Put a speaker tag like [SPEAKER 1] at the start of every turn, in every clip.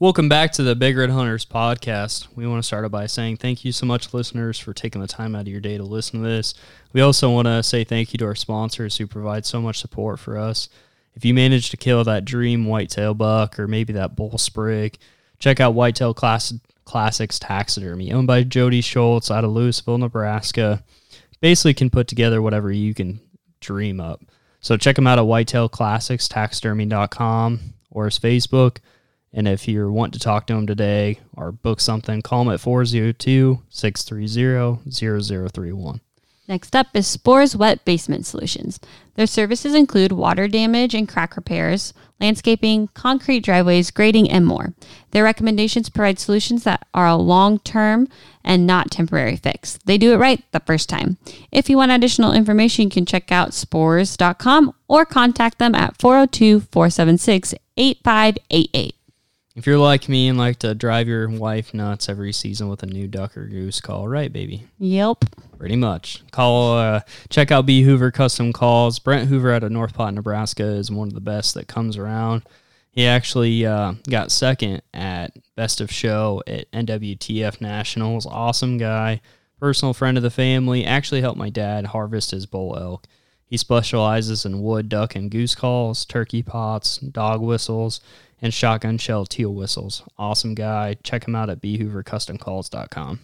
[SPEAKER 1] Welcome back to the Big Red Hunters podcast. We want to start out by saying thank you so much, listeners, for taking the time out of your day to listen to this. We also want to say thank you to our sponsors who provide so much support for us. If you manage to kill that dream whitetail buck or maybe that bull sprig, check out Whitetail Class- Classics Taxidermy, owned by Jody Schultz out of Louisville, Nebraska. Basically, can put together whatever you can dream up. So check them out at whitetailclassicstaxidermy.com or his Facebook. And if you want to talk to him today or book something, call him at 402 oh, 630 0031.
[SPEAKER 2] Next up is Spore's Wet Basement Solutions. Their services include water damage and crack repairs, landscaping, concrete driveways, grading, and more. Their recommendations provide solutions that are a long term and not temporary fix. They do it right the first time. If you want additional information, you can check out spores.com or contact them at 402 476 8588.
[SPEAKER 1] If you're like me and like to drive your wife nuts every season with a new duck or goose call, right, baby?
[SPEAKER 2] Yep.
[SPEAKER 1] Pretty much. Call, uh, check out B Hoover Custom Calls. Brent Hoover out of North Platte, Nebraska is one of the best that comes around. He actually uh, got second at Best of Show at NWTF Nationals. Awesome guy, personal friend of the family. Actually helped my dad harvest his bull elk. He specializes in wood, duck, and goose calls, turkey pots, dog whistles, and shotgun shell teal whistles. Awesome guy. Check him out at bhoovercustomcalls.com.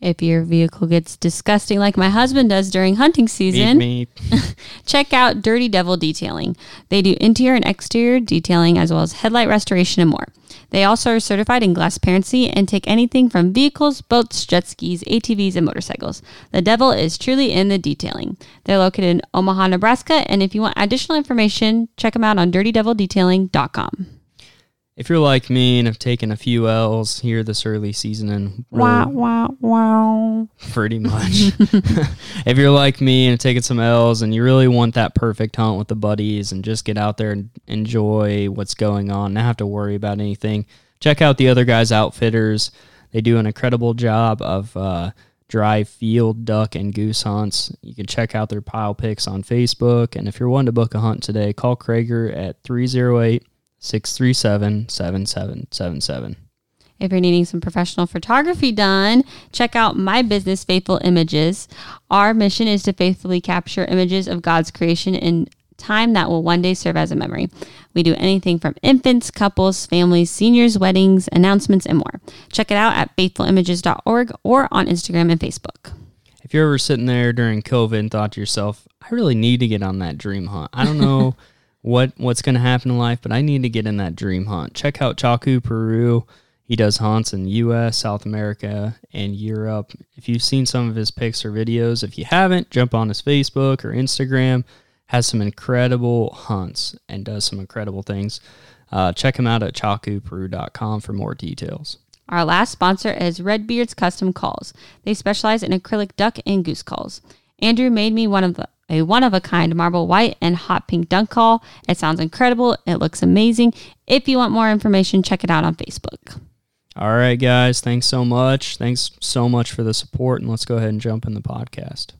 [SPEAKER 2] If your vehicle gets disgusting like my husband does during hunting season,
[SPEAKER 1] Meet me.
[SPEAKER 2] Check out Dirty Devil Detailing. They do interior and exterior detailing as well as headlight restoration and more. They also are certified in glassparency and take anything from vehicles, boats, jet skis, ATVs, and motorcycles. The devil is truly in the detailing. They're located in Omaha, Nebraska, and if you want additional information, check them out on dirtydevildetailing.com.
[SPEAKER 1] If you're like me and have taken a few L's here this early season and really
[SPEAKER 2] Wow, wow, wow.
[SPEAKER 1] pretty much. if you're like me and taking some L's and you really want that perfect hunt with the buddies and just get out there and enjoy what's going on, not have to worry about anything, check out the other guys' outfitters. They do an incredible job of uh, dry field duck and goose hunts. You can check out their pile picks on Facebook. And if you're wanting to book a hunt today, call Krager at 308 637 7777.
[SPEAKER 2] If you're needing some professional photography done, check out my business, Faithful Images. Our mission is to faithfully capture images of God's creation in time that will one day serve as a memory. We do anything from infants, couples, families, seniors, weddings, announcements, and more. Check it out at faithfulimages.org or on Instagram and Facebook.
[SPEAKER 1] If you're ever sitting there during COVID and thought to yourself, I really need to get on that dream hunt. I don't know what what's going to happen in life, but I need to get in that dream hunt. Check out Chaku Peru. He does hunts in the U.S., South America, and Europe. If you've seen some of his pics or videos, if you haven't, jump on his Facebook or Instagram. Has some incredible hunts and does some incredible things. Uh, check him out at chakuperu.com for more details.
[SPEAKER 2] Our last sponsor is Redbeard's Custom Calls. They specialize in acrylic duck and goose calls. Andrew made me one of the a one of a kind marble white and hot pink dunk call. It sounds incredible. It looks amazing. If you want more information, check it out on Facebook.
[SPEAKER 1] All right, guys. Thanks so much. Thanks so much for the support. And let's go ahead and jump in the podcast.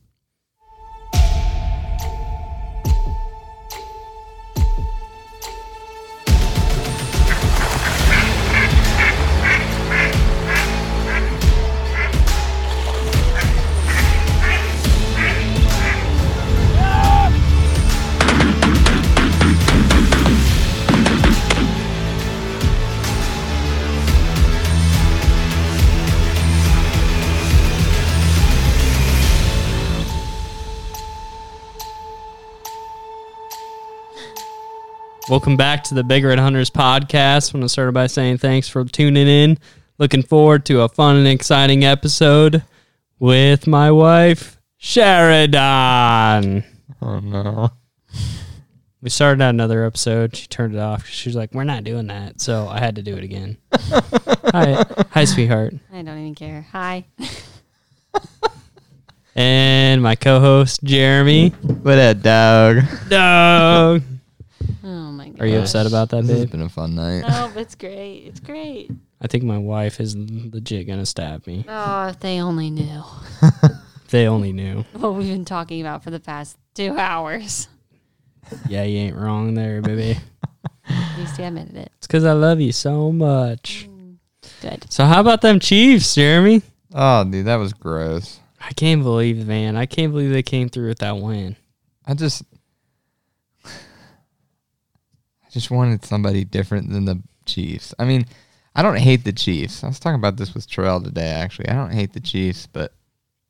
[SPEAKER 1] Welcome back to the Big Red Hunters podcast. I want to start by saying thanks for tuning in. Looking forward to a fun and exciting episode with my wife, Sheridan.
[SPEAKER 3] Oh no.
[SPEAKER 1] We started out another episode. She turned it off. She was like, We're not doing that. So I had to do it again. hi, hi, sweetheart.
[SPEAKER 2] I don't even care. Hi.
[SPEAKER 1] And my co host, Jeremy.
[SPEAKER 3] What a dog.
[SPEAKER 1] Dog.
[SPEAKER 2] Oh my god.
[SPEAKER 1] Are you upset about that,
[SPEAKER 3] This has
[SPEAKER 1] babe?
[SPEAKER 3] been a fun night.
[SPEAKER 2] No, it's great. It's great.
[SPEAKER 1] I think my wife is legit going to stab me.
[SPEAKER 2] Oh, if they only knew
[SPEAKER 1] They only knew.
[SPEAKER 2] what we've been talking about for the past two hours.
[SPEAKER 1] Yeah, you ain't wrong there, baby.
[SPEAKER 2] least he admitted it.
[SPEAKER 1] It's because I love you so much.
[SPEAKER 2] Good.
[SPEAKER 1] So how about them Chiefs, Jeremy?
[SPEAKER 4] Oh, dude, that was gross.
[SPEAKER 1] I can't believe, man. I can't believe they came through with that win.
[SPEAKER 4] I just, I just wanted somebody different than the Chiefs. I mean, I don't hate the Chiefs. I was talking about this with Terrell today. Actually, I don't hate the Chiefs, but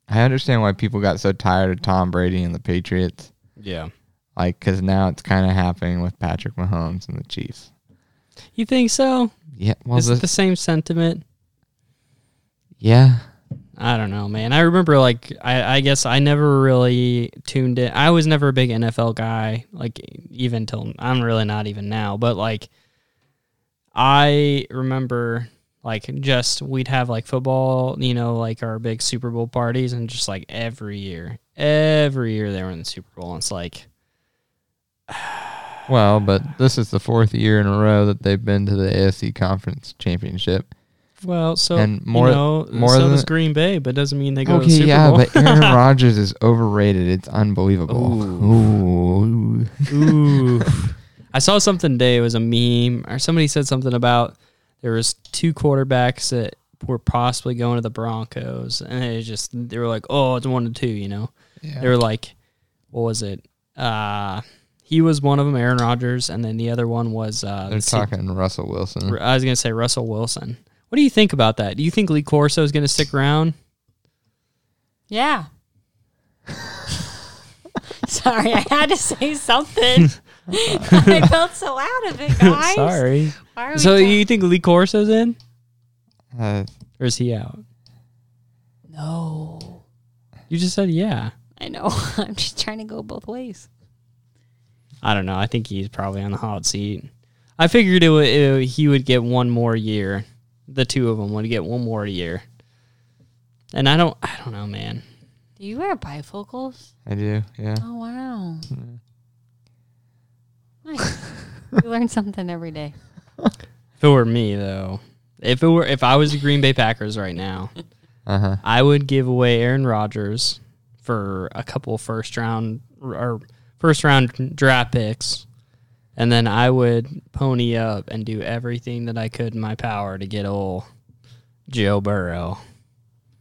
[SPEAKER 4] I understand why people got so tired of Tom Brady and the Patriots.
[SPEAKER 1] Yeah.
[SPEAKER 4] Like, because now it's kind of happening with Patrick Mahomes and the Chiefs.
[SPEAKER 1] You think so?
[SPEAKER 4] Yeah, well,
[SPEAKER 1] Is
[SPEAKER 4] the,
[SPEAKER 1] it the same sentiment?
[SPEAKER 4] yeah,
[SPEAKER 1] I don't know, man. I remember, like, I, I guess I never really tuned in. I was never a big NFL guy, like, even till I'm really not even now. But, like, I remember, like, just we'd have, like, football, you know, like our big Super Bowl parties, and just, like, every year, every year they were in the Super Bowl. And it's like,
[SPEAKER 4] well, but this is the fourth year in a row that they've been to the AFC Conference Championship.
[SPEAKER 1] well, so,
[SPEAKER 4] And
[SPEAKER 1] more,
[SPEAKER 4] more-
[SPEAKER 1] you know,
[SPEAKER 4] more
[SPEAKER 1] so
[SPEAKER 4] than-
[SPEAKER 1] does Green Bay, but doesn't mean they go to
[SPEAKER 4] Okay,
[SPEAKER 1] the Super
[SPEAKER 4] yeah,
[SPEAKER 1] Bowl.
[SPEAKER 4] but Aaron Rodgers is overrated. It's unbelievable. Ooh.
[SPEAKER 1] Ooh. I saw something today. It was a meme, or somebody said something about there was two quarterbacks that were possibly going to the Broncos, and it just they were like, "Oh, it's one to two, you know. They were like, "What was it?" Uh, he was one of them, Aaron Rodgers, and then the other one was. Uh,
[SPEAKER 4] They're
[SPEAKER 1] the se-
[SPEAKER 4] talking Russell Wilson.
[SPEAKER 1] I was gonna say Russell Wilson. What do you think about that? Do you think Lee Corso is gonna stick around?
[SPEAKER 2] Yeah. Sorry, I had to say something. I felt so out of it, guys.
[SPEAKER 1] Sorry.
[SPEAKER 2] Why are we
[SPEAKER 1] So
[SPEAKER 2] talking-
[SPEAKER 1] you think Lee Corso's in,
[SPEAKER 4] Uh,
[SPEAKER 1] or is he out?
[SPEAKER 2] No.
[SPEAKER 1] You just said yeah.
[SPEAKER 2] I know. I'm just trying to go both ways.
[SPEAKER 1] I don't know. I think he's probably on the hot seat. I figured it, would, it- he would get one more year. The two of them would get one more year. And I don't, I don't know, man.
[SPEAKER 2] Do you wear bifocals?
[SPEAKER 4] I do, yeah.
[SPEAKER 2] Oh wow.
[SPEAKER 1] Hmm.
[SPEAKER 2] Nice. you learn something every day.
[SPEAKER 1] If it were me though, if it were, if I was the Green Bay Packers right now,
[SPEAKER 4] Uh huh.
[SPEAKER 1] I would give away Aaron Rodgers for a couple first round or first round draft picks, and then I would pony up and do everything that I could in my power to get old Joe Burrow.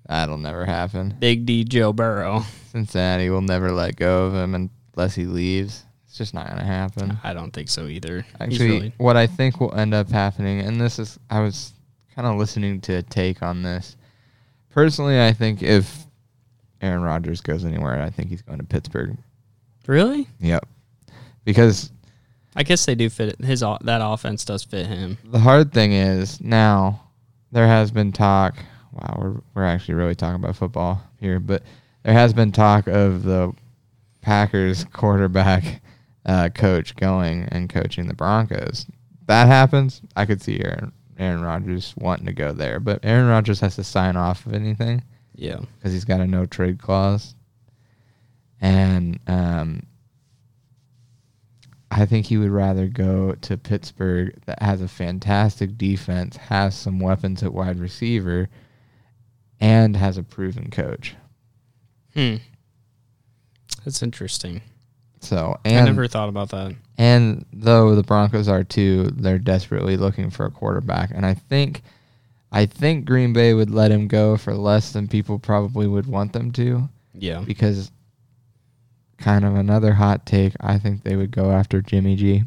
[SPEAKER 4] That'll never happen.
[SPEAKER 1] Big D Joe Burrow.
[SPEAKER 4] Cincinnati will never let go of him unless he leaves. It's just not gonna happen.
[SPEAKER 1] I don't think so either. He's
[SPEAKER 4] Actually,
[SPEAKER 1] really-
[SPEAKER 4] what I think will end up happening, and this is, I was kind of listening to a take on this. Personally, I think if Aaron Rodgers goes anywhere, I think he's going to Pittsburgh.
[SPEAKER 1] really?
[SPEAKER 4] Yep. Because
[SPEAKER 1] I guess they do fit his o- that offense does fit him.
[SPEAKER 4] the hard thing is now there has been talk. Wow, we're we're actually really talking about football here, but there has been talk of the Packers quarterback uh, coach going and coaching the Broncos. That happens. I could see Aaron, Aaron Rodgers wanting to go there, but Aaron Rodgers has to sign off of anything
[SPEAKER 1] Yeah.
[SPEAKER 4] because he's got a no trade clause. And um, I think he would rather go to Pittsburgh that has a fantastic defense, has some weapons at wide receiver, and has a proven coach.
[SPEAKER 1] Hmm. That's interesting.
[SPEAKER 4] So
[SPEAKER 1] I
[SPEAKER 4] and
[SPEAKER 1] never thought about that.
[SPEAKER 4] and though the Broncos are too, they're desperately looking for a quarterback, and I think. I think Green Bay would let him go for less than people probably would want them to.
[SPEAKER 1] Yeah.
[SPEAKER 4] because kind of another hot take, I think they would go after Jimmy G.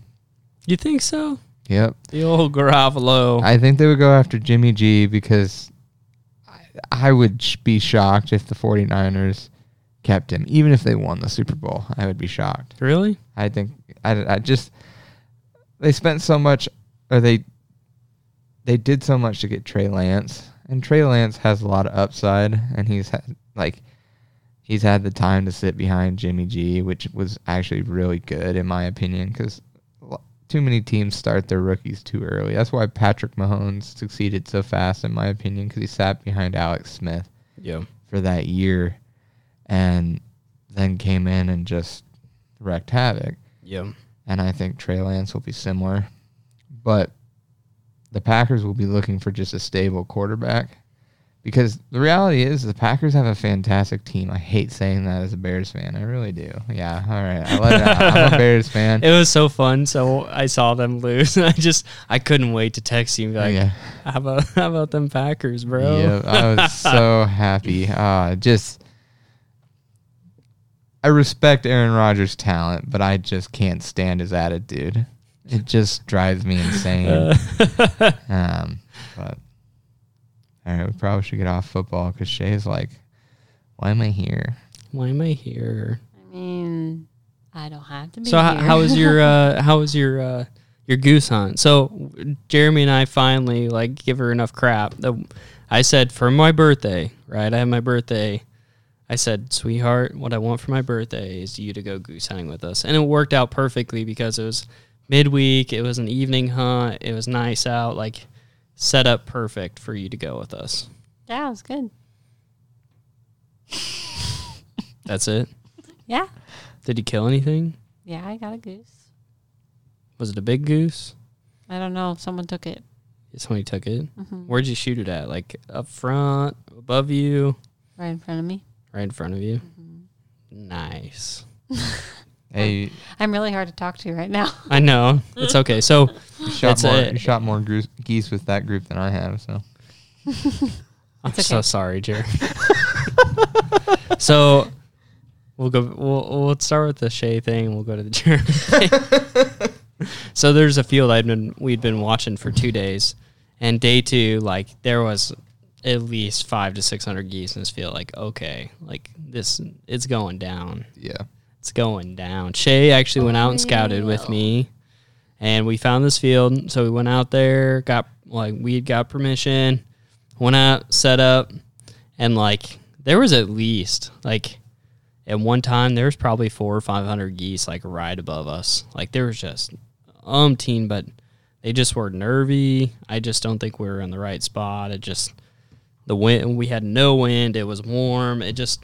[SPEAKER 1] You think so?
[SPEAKER 4] Yep.
[SPEAKER 1] The old Garoppolo.
[SPEAKER 4] I think they would go after Jimmy G because I, I would sh- be shocked if the 49ers kept him. Even if they won the Super Bowl, I would be shocked.
[SPEAKER 1] really?
[SPEAKER 4] I think I, I just they spent so much or they they did so much to get Trey Lance. And Trey Lance has a lot of upside and he's had like he's had the time to sit behind Jimmy G, which was actually really good in my opinion cuz too many teams start their rookies too early. That's why Patrick Mahomes succeeded so fast in my opinion cuz he sat behind Alex Smith
[SPEAKER 1] Yeah.
[SPEAKER 4] for that year and then came in and just wrecked havoc
[SPEAKER 1] Yeah.
[SPEAKER 4] and I think Trey Lance will be similar. But the Packers will be looking for just a stable quarterback Because the reality is, the Packers have a fantastic team. I hate saying that as a Bears fan. I really do. Yeah. All right. I let it out. I'm a Bears fan.
[SPEAKER 1] It was so fun. So I saw them lose, and I just I couldn't wait to text you and be like,
[SPEAKER 4] yeah.
[SPEAKER 1] "How about how about them Packers, bro?"
[SPEAKER 4] Yeah, I was so happy. Uh, just, I respect Aaron Rodgers' talent, but I just can't stand his attitude. It just drives me insane.
[SPEAKER 1] Uh,
[SPEAKER 4] um, but all right, we probably should get off football because Shay's like, "Why am I here?"
[SPEAKER 1] Why am I here?
[SPEAKER 2] I mean, I don't have to be.
[SPEAKER 1] So how,
[SPEAKER 2] here.
[SPEAKER 1] how was your uh, how was your uh, your goose hunt? So Jeremy and I finally like give her enough crap. That I said for my birthday, right? I had my birthday. I said, sweetheart, what I want for my birthday is you to go goose hunting with us, and it worked out perfectly because it was midweek. It was an evening hunt. It was nice out, like set up perfect for you to go with us.
[SPEAKER 2] Yeah, it was good.
[SPEAKER 1] That's it.
[SPEAKER 2] Yeah,
[SPEAKER 1] Did you kill anything?
[SPEAKER 2] yeah, I got a goose.
[SPEAKER 1] Was it a big goose?
[SPEAKER 2] I don't know if someone took it.
[SPEAKER 1] Somebody took it.
[SPEAKER 2] Mhm.
[SPEAKER 1] Where'd you shoot it at? Like up front, above you,
[SPEAKER 2] right in front of me.
[SPEAKER 1] right in front of you.
[SPEAKER 2] Mm-hmm.
[SPEAKER 1] Nice.
[SPEAKER 4] Hey,
[SPEAKER 2] I'm really hard to talk to right now.
[SPEAKER 1] I know. It's okay. So
[SPEAKER 4] you shot
[SPEAKER 1] That's
[SPEAKER 4] more.
[SPEAKER 1] it.
[SPEAKER 4] You shot more goose, geese with that group than I have. So
[SPEAKER 1] I'm
[SPEAKER 2] It's
[SPEAKER 1] so
[SPEAKER 2] okay.
[SPEAKER 1] sorry, Jer. so we'll go. We'll we'll start with the Shay thing. We'll go to the Jeremy thing. so there's a field I'd been we'd been watching for two days, and day two, like there was at least five to six hundred geese in this field. Like okay, like this, it's going down.
[SPEAKER 4] yeah,
[SPEAKER 1] It's going down. Shay actually went out and scouted with me, and we found this field. So we went out there, got like we had got permission, went out, set up, and like there was at least like at one time there was probably four or five hundred geese like right above us. Like there was just umpteen, but they just were nervy. I just don't think we were in the right spot. It just the wind. We had no wind. It was warm. It just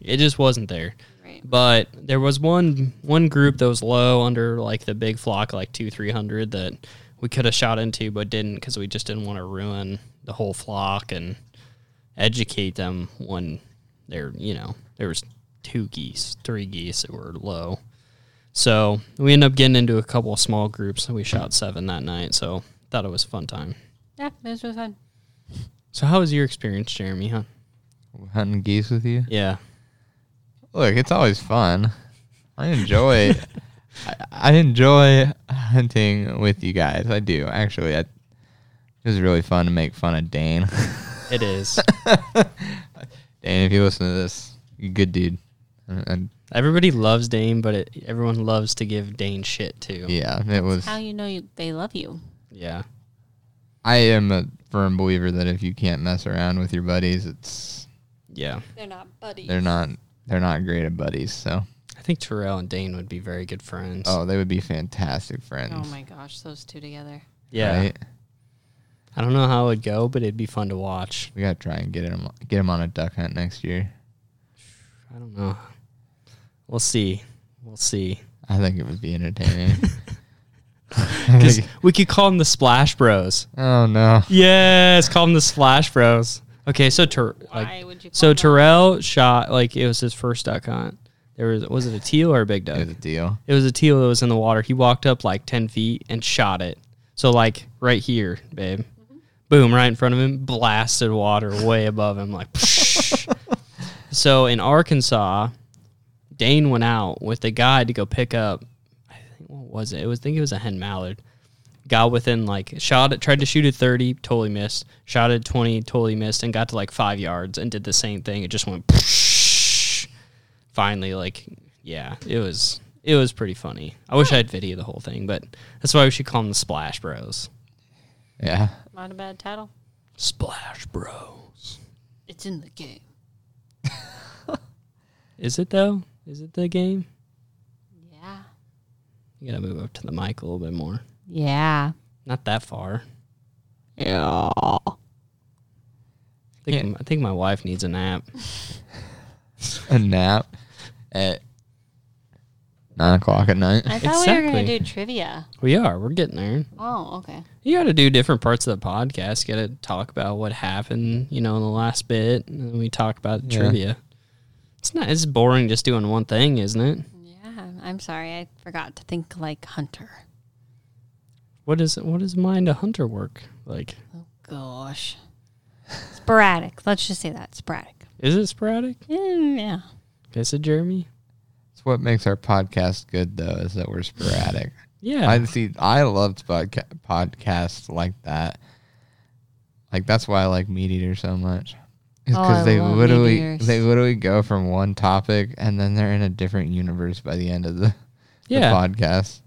[SPEAKER 1] it just wasn't there.
[SPEAKER 2] Right.
[SPEAKER 1] But there was one one group that was low under like the big flock, like two three hundred that we could have shot into, but didn't because we just didn't want to ruin the whole flock and educate them when they're you know there was two geese, three geese that were low. So we ended up getting into a couple of small groups, and we shot seven that night. So thought it was a fun time.
[SPEAKER 2] Yeah, this was fun.
[SPEAKER 1] So how was your experience, Jeremy? Huh?
[SPEAKER 4] hunting geese with you.
[SPEAKER 1] Yeah,
[SPEAKER 4] Look, it's always fun. I enjoy. I, I enjoy hunting with you guys. I do actually. I, it was really fun to make fun of Dane.
[SPEAKER 1] it is.
[SPEAKER 4] Dane, if you listen to this, you good dude. And, and
[SPEAKER 1] Everybody loves Dane, but it, everyone loves to give Dane shit too.
[SPEAKER 4] yeah, it was.
[SPEAKER 2] How you know you, they love you?
[SPEAKER 1] Yeah.
[SPEAKER 4] I am a firm believer that if you can't mess around with your buddies, it's
[SPEAKER 1] Yeah.
[SPEAKER 2] They're not buddies.
[SPEAKER 4] they're not they're not great at buddies. So
[SPEAKER 1] I think Terrell and Dane would be very good friends.
[SPEAKER 4] oh, they would be fantastic friends.
[SPEAKER 2] Oh my gosh, those two together.
[SPEAKER 1] yeah.
[SPEAKER 4] right?
[SPEAKER 1] I don't know how it would go, but it'd be fun to watch.
[SPEAKER 4] we gotta try and get him get him on a duck hunt next year.
[SPEAKER 1] I don't know. We'll see. We'll see.
[SPEAKER 4] I think it would be entertaining.
[SPEAKER 1] 'Cause we could call them the Splash Bros.
[SPEAKER 4] oh no.
[SPEAKER 1] Yes, call them the Splash Bros. Okay, so Ter- like,
[SPEAKER 2] Why would you?
[SPEAKER 1] so
[SPEAKER 2] call them?
[SPEAKER 1] Terrell shot like it was his first duck hunt. There was was it a teal or a big duck?
[SPEAKER 4] It was a deal.
[SPEAKER 1] It was a teal that was in the water. He walked up like 10 feet and shot it. So, like, right here, babe. Boom, right in front of him, blasted water way above him. Like, psh. so in Arkansas, Dane went out with a guide to go pick up, I think, what was it? It was, I think it was a hen mallard. Got within like shot at tried to shoot at 30, totally missed. Shot at 20, totally missed, and got to like five yards and did the same thing. It just went psh. finally, like, yeah, it was it was pretty funny. I wish I had video of the whole thing, but that's why we should call them the Splash Bros.
[SPEAKER 4] Yeah.
[SPEAKER 2] Not a bad title.
[SPEAKER 1] Splash Bros.
[SPEAKER 2] It's in the game.
[SPEAKER 1] Is it though? Is it the game?
[SPEAKER 2] Yeah.
[SPEAKER 1] You gotta move up to the mic a little bit more.
[SPEAKER 2] Yeah.
[SPEAKER 1] Not that far.
[SPEAKER 2] Yeah.
[SPEAKER 1] I think, I think my wife needs a nap.
[SPEAKER 4] A nap. Eh,
[SPEAKER 3] Nine o'clock at night.
[SPEAKER 2] I thought we were going
[SPEAKER 1] Exactly.
[SPEAKER 2] to do trivia.
[SPEAKER 1] We are. We're getting there.
[SPEAKER 2] Oh, okay.
[SPEAKER 1] You got to do different parts of the podcast. Got to talk about what happened, you know, in the last bit, and then we talk about
[SPEAKER 3] Yeah.
[SPEAKER 1] trivia. It's not. It's boring just doing one thing, isn't it?
[SPEAKER 2] Yeah, I'm sorry. I forgot to think like Hunter.
[SPEAKER 1] What is what is mind a hunter work like?
[SPEAKER 2] Oh, gosh. sporadic. Let's just say that. Sporadic.
[SPEAKER 1] Is it sporadic?
[SPEAKER 2] Mm, yeah.
[SPEAKER 1] Is it Jeremy?
[SPEAKER 3] It's what makes our podcast good, though, is that we're sporadic.
[SPEAKER 1] Yeah,
[SPEAKER 3] I see. I loved podca- podcasts like that. Like that's why I like meat eater so much. It's
[SPEAKER 2] Oh,
[SPEAKER 3] because
[SPEAKER 2] I
[SPEAKER 3] they
[SPEAKER 2] love Meat
[SPEAKER 3] literally
[SPEAKER 2] Eaters.
[SPEAKER 3] they literally go from one topic and then they're in a different universe by the end of the, the
[SPEAKER 1] yeah.
[SPEAKER 3] podcast.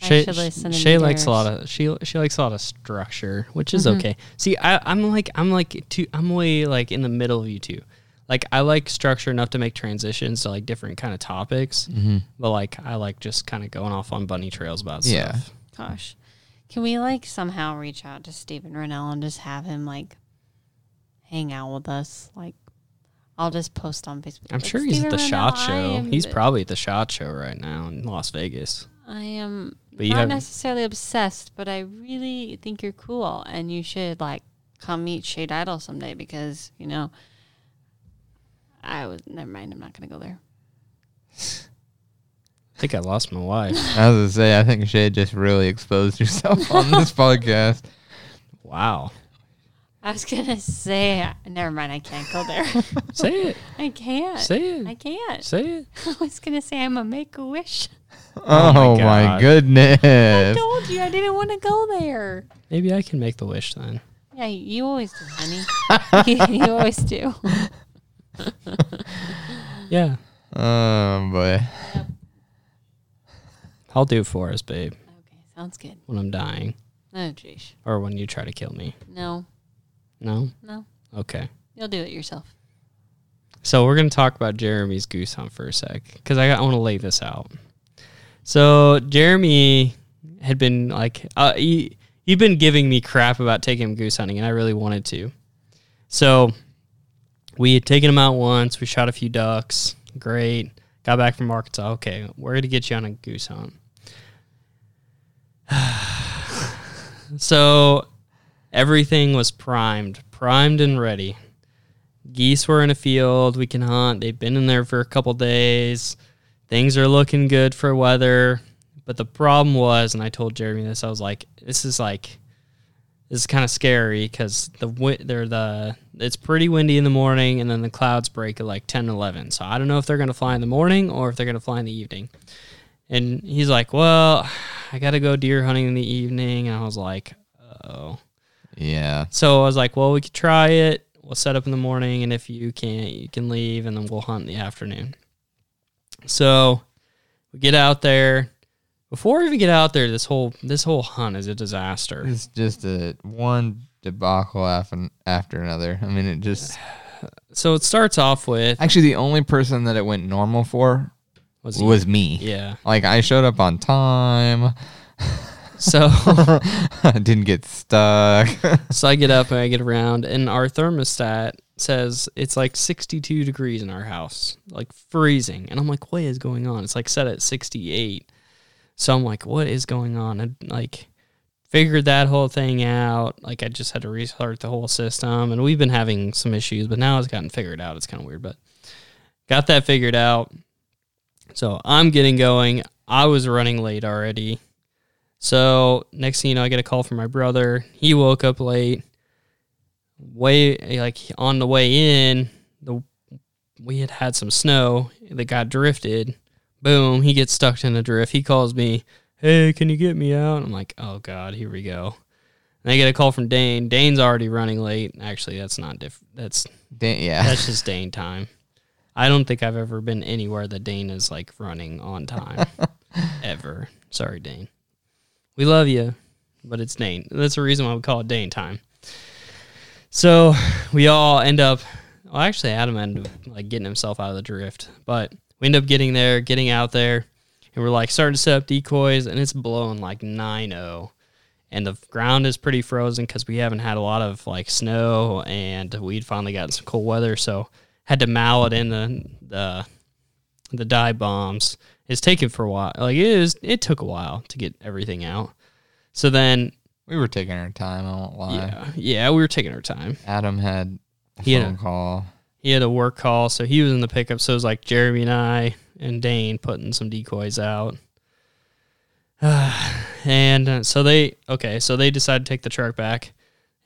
[SPEAKER 2] I
[SPEAKER 1] Shay,
[SPEAKER 2] should listen to
[SPEAKER 1] Shay likes a
[SPEAKER 2] yours.
[SPEAKER 1] lot of she she likes a lot of structure, which is
[SPEAKER 2] Mm-hmm.
[SPEAKER 1] okay. See, I, I'm like I'm like two, I'm way like in the middle of you two. Like I like structure enough to make transitions to like different kind of topics,
[SPEAKER 3] Mm-hmm.
[SPEAKER 1] but like I like just kind of going off on bunny trails about
[SPEAKER 3] Yeah.
[SPEAKER 1] stuff.
[SPEAKER 2] Gosh. Can we like somehow reach out to Stephen Rennell and just have him like hang out with us? Like, I'll just post on Facebook.
[SPEAKER 1] I'm
[SPEAKER 2] like,
[SPEAKER 1] sure he's at
[SPEAKER 2] "Steven
[SPEAKER 1] the
[SPEAKER 2] Rennell,
[SPEAKER 1] shot
[SPEAKER 2] I
[SPEAKER 1] show.
[SPEAKER 2] am
[SPEAKER 1] He's
[SPEAKER 2] the-
[SPEAKER 1] probably at the shot show right now in Las Vegas.
[SPEAKER 2] I am
[SPEAKER 1] But you
[SPEAKER 2] not
[SPEAKER 1] haven't-
[SPEAKER 2] necessarily obsessed, but I really think you're cool and you should like come meet Shade Idol someday because, you know, I was never mind, I'm not gonna go there.
[SPEAKER 1] I think I lost my wife.
[SPEAKER 3] I was gonna say, I think Shay just really exposed herself on this podcast.
[SPEAKER 1] Wow.
[SPEAKER 2] I was gonna say never mind, I can't go there.
[SPEAKER 1] Say it.
[SPEAKER 2] I can't.
[SPEAKER 1] Say
[SPEAKER 2] I
[SPEAKER 1] it.
[SPEAKER 2] can't.
[SPEAKER 1] Say it.
[SPEAKER 2] I was gonna say I'm a make a wish.
[SPEAKER 3] Oh,
[SPEAKER 1] my
[SPEAKER 3] my,
[SPEAKER 1] God.
[SPEAKER 2] I
[SPEAKER 3] goodness!
[SPEAKER 2] told you I didn't want to go there.
[SPEAKER 1] Maybe I can make the wish then.
[SPEAKER 2] Yeah, you always do, honey. you, you always do.
[SPEAKER 1] Yeah.
[SPEAKER 3] Oh boy,
[SPEAKER 1] I'll do it for us, babe,
[SPEAKER 2] Okay, sounds good.
[SPEAKER 1] when I'm dying
[SPEAKER 2] Oh, jeez.
[SPEAKER 1] or when you try to kill me.
[SPEAKER 2] No,
[SPEAKER 1] No?
[SPEAKER 2] no.
[SPEAKER 1] Okay.
[SPEAKER 2] You'll do it yourself.
[SPEAKER 1] So we're going to talk about Jeremy's goose hunt for a sec because I, want to lay this out. So Jeremy had been like, uh, he, he'd been giving me crap about taking him goose hunting, and I really wanted to. So we had taken him out once. We shot a few ducks. Great. Got back from Arkansas. Okay, we're going to get you on a goose hunt. so everything was primed, primed and ready geese were in a field we can hunt they've been in there for a couple days things are looking good for weather but the problem was and i told jeremy this i was like this is like this is kind of scary because the wi- they're the it's pretty windy in the morning and then the clouds break at like 10 11 so i don't know if they're going to fly in the morning or if they're going to fly in the evening and he's like well i gotta go deer hunting in the evening and i was like oh
[SPEAKER 3] yeah,
[SPEAKER 1] so I was like, well, we could try it. We'll set up in the morning, and if you can't, you can leave, and then we'll hunt in the afternoon. So we get out there. Before we even get out there, this whole this whole hunt is a
[SPEAKER 4] Mm.
[SPEAKER 1] disaster.
[SPEAKER 3] it's just a one debacle after after another. I mean, it just
[SPEAKER 1] So it starts off with
[SPEAKER 3] Actually, the only person that it went normal for
[SPEAKER 1] was,
[SPEAKER 3] was, me.
[SPEAKER 1] yeah.
[SPEAKER 3] Like I showed up on time,
[SPEAKER 1] So
[SPEAKER 3] I didn't get stuck.
[SPEAKER 1] so I get up and I get around, and our thermostat says it's like 62 degrees in our house, like freezing. And I'm like, what is going on? It's like set at 68. So I'm like, what is going on? And like, figured that whole thing out. Like, I just had to restart the whole system, and we've been having some issues, but now it's gotten figured out. It's kind of weird, but got that figured out. So I'm getting going. I was running late already. So next thing you know, I get a call from my brother. He woke up late. Way like on the way in, the we had had some snow that got drifted. Boom, he gets stuck in the drift. He calls me, "Hey, can you get me out?" I'm like, "Oh God, here we go." And I get a call from Dane. Dane's already running late. Actually, that's not diff. That's
[SPEAKER 3] Dang, yeah,
[SPEAKER 1] that's just Dane time. I don't think I've ever been anywhere that Dane is like running on time. ever. Sorry, Dane. We love you, but it's Dane. That's the reason why we call it Dane time. So we all end up. Well, actually, Adam ended up like getting himself out of the drift, but we end up getting there, getting out there, and we're like starting to set up decoys, and it's blowing like oh. 9 0 and the ground is pretty frozen because we haven't had a lot of like snow and we'd finally gotten some cool weather so had to mallet in the, the the dive bombs. It's taken for a while. Like it is, it took a while to get everything out. So then,
[SPEAKER 4] We were taking our time. I won't lie.
[SPEAKER 1] yeah, yeah, we were taking our time.
[SPEAKER 4] Adam had a
[SPEAKER 1] He had
[SPEAKER 4] phone
[SPEAKER 1] a-
[SPEAKER 4] call.
[SPEAKER 1] he had a work call, so he was in the pickup. So it was like Jeremy and I and Dane putting some decoys out. and uh, so they, okay, so they decided to take the truck back.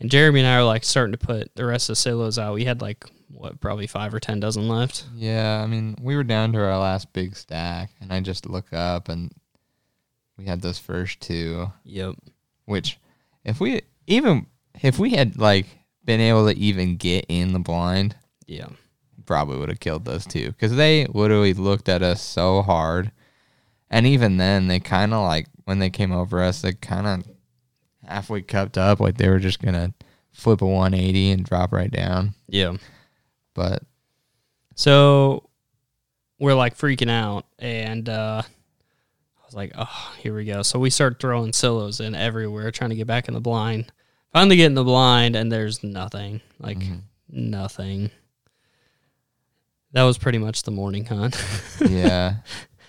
[SPEAKER 1] And Jeremy and I were like starting to put the rest of the silos out. We had like, what, probably five or 10 dozen left.
[SPEAKER 4] Yeah, I mean, we were down to our last big stack, and I just look up, and we had those first two.
[SPEAKER 1] Yep.
[SPEAKER 4] Which, if we even if we had like been able to even get in the blind,
[SPEAKER 1] Yeah.
[SPEAKER 4] probably would have killed those two because they literally looked at us so hard. And even then, they kind of like when they came over us, they kind of halfway cupped up, like they were just gonna flip a 180 and drop right down.
[SPEAKER 1] Yeah.
[SPEAKER 4] But
[SPEAKER 1] So we're like freaking out. And uh, I was like, oh, here we go. So we start throwing silos in everywhere, trying to get back in the blind. Finally get in the blind, and there's nothing. Like,
[SPEAKER 4] Mhm.
[SPEAKER 1] nothing. That was pretty much the morning hunt.
[SPEAKER 4] yeah,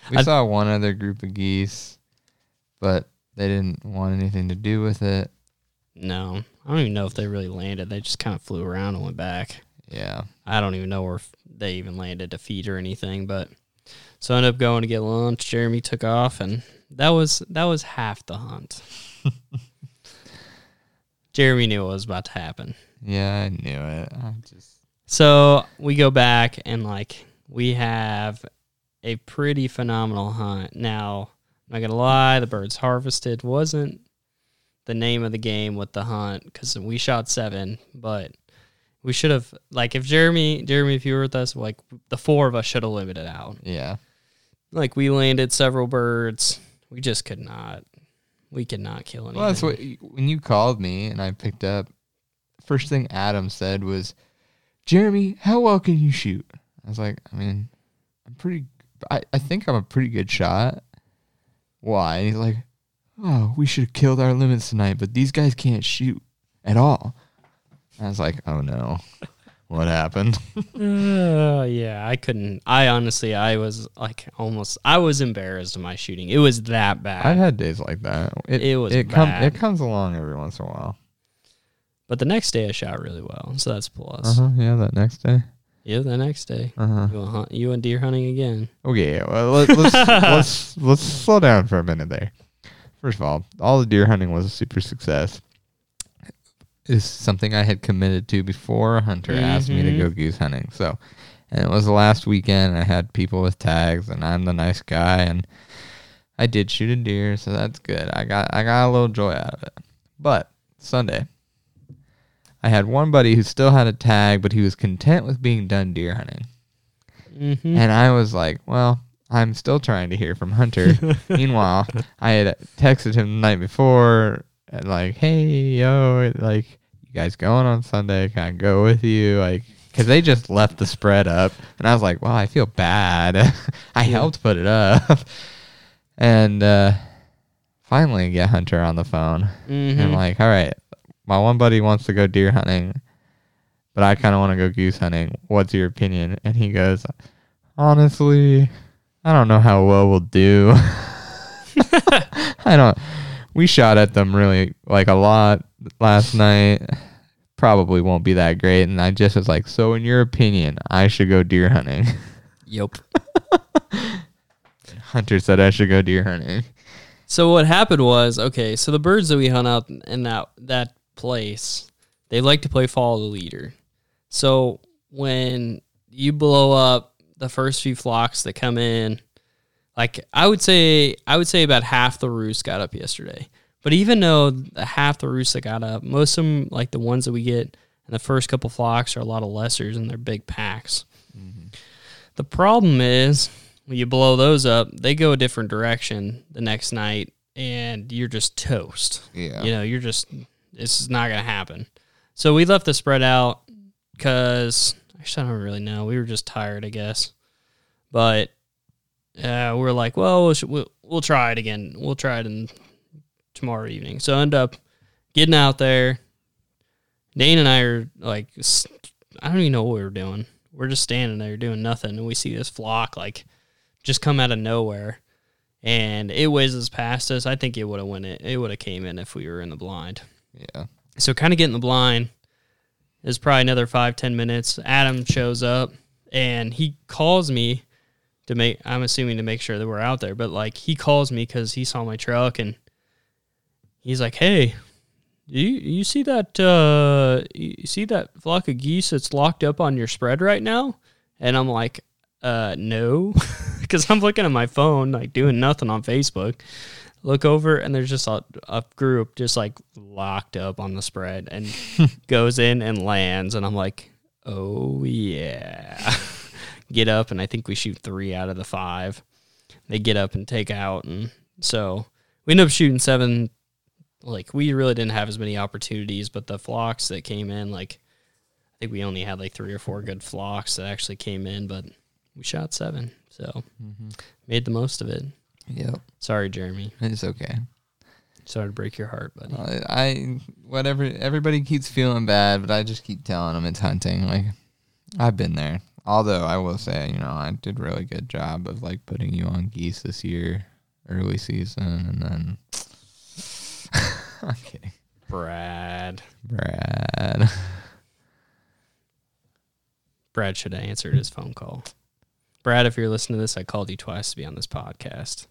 [SPEAKER 4] we
[SPEAKER 1] I-
[SPEAKER 4] saw one other group of geese, but they didn't want anything to do with it.
[SPEAKER 1] no, I don't even know if they really landed. They just kind of flew around and went back.
[SPEAKER 4] Yeah,
[SPEAKER 1] I don't even know where f- they even landed to feed or anything. But so I ended up going to get lunch. Jeremy took off, and that was that was half the hunt. Jeremy knew what was about to happen.
[SPEAKER 4] yeah, I knew it. I just
[SPEAKER 1] So we go back and like we have a pretty phenomenal hunt. Now, I'm not gonna lie, the birds harvested wasn't the name of the game with the hunt because we shot seven, but we should have like if Jeremy, Jeremy, if you were with us, like the four of us should have limited out.
[SPEAKER 4] yeah,
[SPEAKER 1] Like we landed several birds, we just could not, we could not kill anything.
[SPEAKER 4] Well, that's what when you called me and I picked up. First thing Adam said was, "Jeremy, how well can you shoot?" I was like, "I mean, I'm pretty. I, I think I'm a pretty good shot." Why? And he's like, "Oh, we should have killed our limits tonight, but these guys can't shoot at all." I was like, "Oh no, what happened?"
[SPEAKER 1] Uh, yeah, I couldn't. I honestly, I was like almost, I was embarrassed of my shooting. It was that
[SPEAKER 4] I've
[SPEAKER 1] bad.
[SPEAKER 4] had days like that. It,
[SPEAKER 1] It was
[SPEAKER 4] it comes
[SPEAKER 1] bad.
[SPEAKER 4] it comes along every once in a while.
[SPEAKER 1] But the next day I shot really well, so that's a plus.
[SPEAKER 4] Uh huh. Yeah, that next day.
[SPEAKER 1] Yeah, the next day
[SPEAKER 4] Uh huh.
[SPEAKER 1] you went, hunt, you went deer hunting again.
[SPEAKER 4] Okay, well, let, let's let's let's slow down for a minute there. First of all, all the deer hunting was a super success. It's something I had committed to before Hunter asked me to
[SPEAKER 1] Mhm.
[SPEAKER 4] go goose hunting. So, and it was the last weekend. I had people with tags, and I'm the nice guy, and I did shoot a deer, so that's good. I got I got a little joy out of it. But Sunday, I had one buddy who still had a tag, but he was content with being done deer hunting.
[SPEAKER 1] Mm-hmm.
[SPEAKER 4] And I was like, well, I'm still trying to hear from Hunter. Meanwhile, I had texted him the night before, and like, hey, yo, like, you guys going on Sunday? Can I go with you? Like, because they just left the spread up. And I was like, wow, I feel bad. I helped put it up. And uh, finally get Hunter on the phone. And I'm
[SPEAKER 1] Mm-hmm.
[SPEAKER 4] like, all right, my one buddy wants to go deer hunting, but I kind of want to go goose hunting. What's your opinion? And he goes, honestly, I don't know how well we'll do. I don't. We shot at them really like a lot last night. Probably won't be that great. And I just was like, so in your opinion, I should go deer hunting.
[SPEAKER 1] Yep.
[SPEAKER 4] Hunter said I should go deer hunting.
[SPEAKER 1] So what happened was, okay, so the birds that we hunt out in that that place, they like to play follow the leader. So when you blow up the first few flocks that come in, like I would say I would say about half the roost got up yesterday. But even though the half the roost that got up, most of them like the ones that we get in the first couple flocks are a lot of lessers and they're big packs. The problem is when you blow those up, they go a different direction the next night, and you're just toast.
[SPEAKER 4] Yeah.
[SPEAKER 1] You know, you're just this is not gonna happen. So we left the spread out because actually I don't really know. We were just tired, I guess. But uh, we were like, well, we'll, sh- we'll we'll try it again. We'll try it in tomorrow evening. So I end up getting out there. Dane and I are like, s- I don't even know what we were doing. We're just standing there doing nothing, and we see this flock like just come out of nowhere, and it whizzes past us. I think it would have went it. It would have came in if we were in the blind.
[SPEAKER 4] Yeah.
[SPEAKER 1] So kind of getting the blind is probably another five ten minutes. Adam shows up and he calls me to make. I'm assuming to make sure that we're out there, but like he calls me because he saw my truck and he's like, "Hey, do you you see that uh, you see that flock of geese that's locked up on your spread right now?" And I'm like, "Uh, no," because I'm looking at my phone, like doing nothing on Facebook look over and there's just a, a group just like locked up on the spread and goes in and lands and i'm like oh yeah get up and i think we shoot three out of the five they get up and take out and so we end up shooting seven like we really didn't have as many opportunities but the flocks that came in like i think we only had like three or four good flocks that actually came in but we shot seven so made the most of it
[SPEAKER 4] Yep.
[SPEAKER 1] sorry jeremy
[SPEAKER 4] It's okay.
[SPEAKER 1] Sorry to break your heart, buddy.
[SPEAKER 4] I, I whatever. Everybody keeps feeling bad, but I just keep telling them it's hunting. Like I've been there. Although I will say, you know, I did a really good job of like putting you on geese this year, early season, and then. I'm kidding,
[SPEAKER 1] Brad.
[SPEAKER 4] Brad.
[SPEAKER 1] Brad should have answered his phone call. Brad, if you're listening to this, I called you twice to be on this podcast.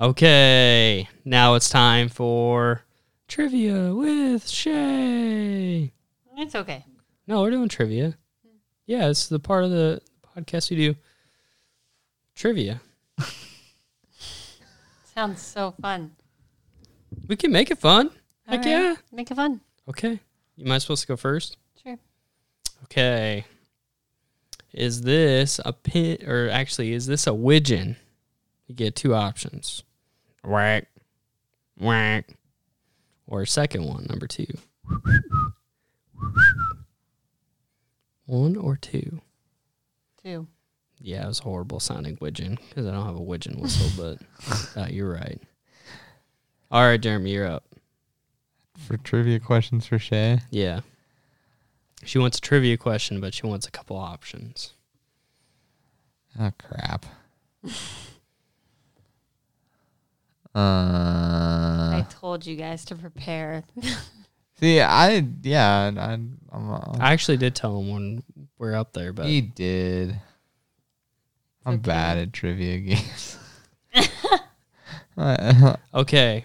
[SPEAKER 1] Okay, now it's time for trivia with Shay.
[SPEAKER 2] It's okay.
[SPEAKER 1] No, we're doing trivia. Yeah, it's the part of the podcast we do trivia.
[SPEAKER 2] Sounds so fun.
[SPEAKER 1] We can make it fun.
[SPEAKER 2] All
[SPEAKER 1] Heck
[SPEAKER 2] right.
[SPEAKER 1] yeah.
[SPEAKER 2] Make it fun.
[SPEAKER 1] Okay. You might supposed to go first.
[SPEAKER 2] Sure.
[SPEAKER 1] Okay. Is this a pin or actually is this a widgeon? You get two options. Whack. Whack. Or second one, number two. one or two.
[SPEAKER 2] Two.
[SPEAKER 1] Yeah, it was a horrible sounding widgeon because I don't have a widgeon whistle, but uh, you're right. All right, Jeremy, you're up.
[SPEAKER 4] For trivia questions for Shay.
[SPEAKER 1] Yeah. She wants a trivia question, but she wants a couple options.
[SPEAKER 4] Oh crap. uh,
[SPEAKER 2] I told you guys to prepare.
[SPEAKER 4] see, I yeah, I, I'm. uh, I'm
[SPEAKER 1] I actually did tell him when we're up there, but
[SPEAKER 4] he did. I'm
[SPEAKER 2] okay.
[SPEAKER 4] bad at trivia games. I-
[SPEAKER 1] okay.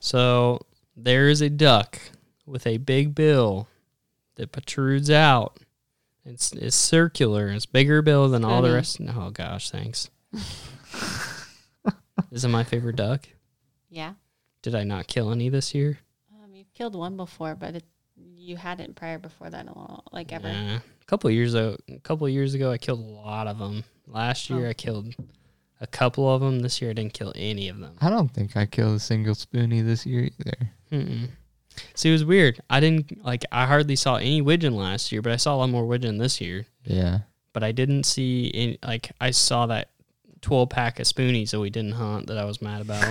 [SPEAKER 1] So there is a duck with a big bill that protrudes out. It's, it's circular. It's bigger bill than all the
[SPEAKER 2] Spoonie.
[SPEAKER 1] rest. Oh gosh, thanks. is it my favorite duck?
[SPEAKER 2] yeah.
[SPEAKER 1] Did I not kill any this year?
[SPEAKER 2] Um, you've killed one before, but it, you hadn't prior before that, a lot, like ever.
[SPEAKER 1] Nah. A couple of years ago, a couple of years ago, I killed a lot of them. Last year,
[SPEAKER 2] Oh.
[SPEAKER 1] I killed a couple of them. This year, I didn't kill any of them.
[SPEAKER 4] I don't think I killed a single spoonie this year either.
[SPEAKER 1] Mm-mm. See, it was weird. I didn't like. I hardly saw any widgeon last year, but I saw a lot more widgeon this year.
[SPEAKER 4] Yeah.
[SPEAKER 1] But I didn't see any. Like, I saw that twelve pack of spoonies that we didn't hunt that I was mad about.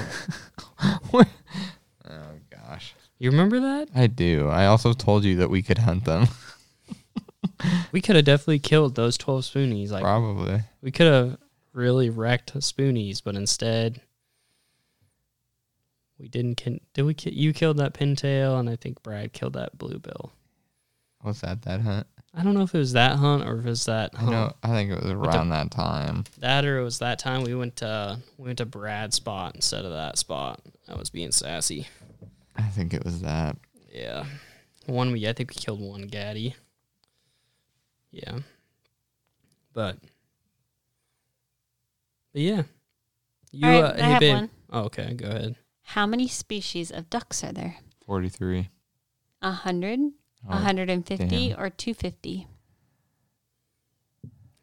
[SPEAKER 4] Oh gosh.
[SPEAKER 1] you remember that?
[SPEAKER 4] I do. I also told you that we could hunt them.
[SPEAKER 1] We could have definitely killed those twelve spoonies. Like,
[SPEAKER 4] Probably.
[SPEAKER 1] we could have really wrecked spoonies, but instead. We didn't. Kin- did we? Ki- you killed that pintail, and I think Brad killed that bluebill.
[SPEAKER 4] Was that that hunt?
[SPEAKER 1] I don't know if it was that hunt or if it was that
[SPEAKER 4] I
[SPEAKER 1] hunt.
[SPEAKER 4] know. I think it was around that time.
[SPEAKER 1] That or it was that time we went to we went to Brad's spot instead of that spot. I was being sassy.
[SPEAKER 4] I think it was that.
[SPEAKER 1] Yeah. One we I think we killed one gaddy. Yeah. But but yeah. You
[SPEAKER 2] All right, I have one.
[SPEAKER 1] Oh, okay, go ahead.
[SPEAKER 2] How many species of ducks are there?
[SPEAKER 4] Forty-three.
[SPEAKER 2] A 100, a
[SPEAKER 4] Oh,
[SPEAKER 2] 150, or 250?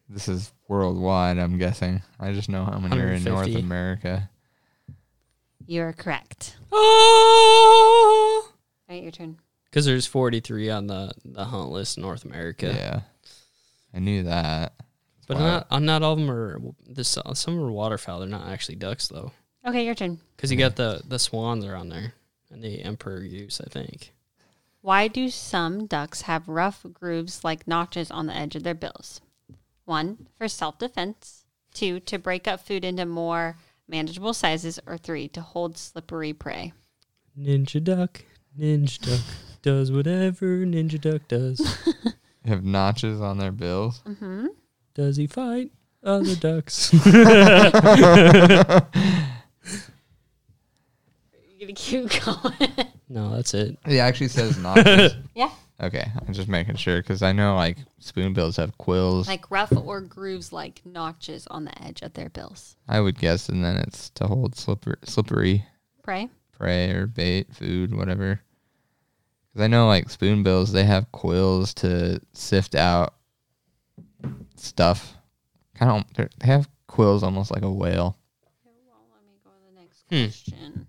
[SPEAKER 4] This is worldwide. I'm guessing. I just know how many are in North
[SPEAKER 1] 150.
[SPEAKER 4] America.
[SPEAKER 2] You are correct. Ah!
[SPEAKER 1] Oh!
[SPEAKER 2] All right, your turn.
[SPEAKER 1] Cuz there's 43 on the the hunt list in North America.
[SPEAKER 4] Yeah. I knew that.
[SPEAKER 1] But
[SPEAKER 4] Wow.
[SPEAKER 1] not I'm not all of them are this some are waterfowl. They're not actually ducks though.
[SPEAKER 2] Okay, your turn.
[SPEAKER 1] Because you got the the swans are on there and the emperor goose, I think.
[SPEAKER 2] Why do some ducks have rough grooves like notches on the edge of their bills? One, for self defense. Two, to break up food into more manageable sizes. Or three, to hold slippery prey.
[SPEAKER 1] Ninja Duck, Ninja Duck does whatever Ninja Duck does.
[SPEAKER 4] They have notches on their bills.
[SPEAKER 2] Mm-hmm.
[SPEAKER 1] Does he fight other ducks?
[SPEAKER 2] You're going to keep going.
[SPEAKER 1] no, that's it.
[SPEAKER 4] It actually says notches.
[SPEAKER 2] Yeah.
[SPEAKER 4] Okay, I'm just making sure because I know like spoonbills have quills.
[SPEAKER 2] like rough or grooves like notches on the edge of their bills.
[SPEAKER 4] I would guess, and then it's to hold slipper, slippery
[SPEAKER 2] Prey?
[SPEAKER 4] prey or bait, food, whatever. Because I know like spoonbills, they have quills to sift out stuff. Kind of, they're- they have quills almost like a whale.
[SPEAKER 2] Okay, well, let me go to the next
[SPEAKER 1] Hmm.
[SPEAKER 2] question.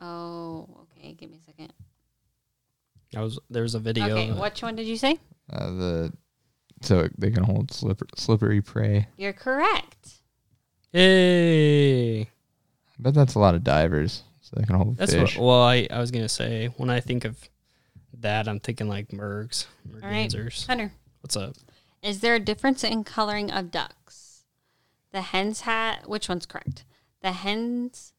[SPEAKER 2] Oh, okay. Give me a second.
[SPEAKER 1] I was there was a video.
[SPEAKER 2] Okay,
[SPEAKER 1] of it.
[SPEAKER 2] which one did you say?
[SPEAKER 4] Uh, the so they can hold slipper, slippery prey.
[SPEAKER 2] You're correct.
[SPEAKER 1] Hey,
[SPEAKER 4] I bet that's a lot of divers, so they can hold
[SPEAKER 1] that's
[SPEAKER 4] fish.
[SPEAKER 1] what. Well, I, I was gonna say when I think of that, I'm thinking like mergs,
[SPEAKER 2] right.
[SPEAKER 1] mergansers.
[SPEAKER 2] Hunter,
[SPEAKER 1] What's up?
[SPEAKER 2] is there a difference in coloring of ducks? The hens hat. Which one's correct? The hens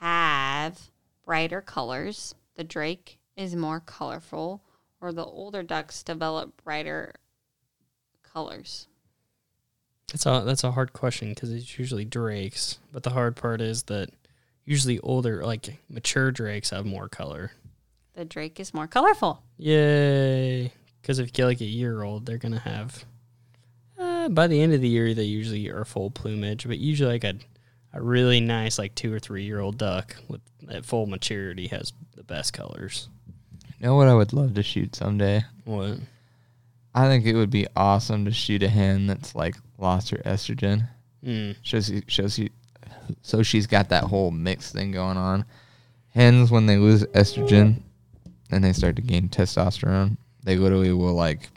[SPEAKER 2] have brighter colors. The drake is more colorful, or the older ducks develop brighter colors.
[SPEAKER 1] That's a that's a hard question because it's usually drakes, but the hard part is that usually older, like mature drakes, have more color.
[SPEAKER 2] The drake is more colorful.
[SPEAKER 1] Yay! Because if you get like a year old, they're gonna have. Uh, by the end of the year, they usually are full plumage, but usually like a, a really nice like two or three year old duck with at full maturity has the best colors.
[SPEAKER 4] You know what I would love to shoot someday?
[SPEAKER 1] What?
[SPEAKER 4] I think it would be awesome to shoot a hen that's like lost her estrogen.
[SPEAKER 1] Mm.
[SPEAKER 4] Shows you, shows you, so she's got that whole mix thing going on. Hens, when they lose estrogen and they start to gain testosterone, they literally will like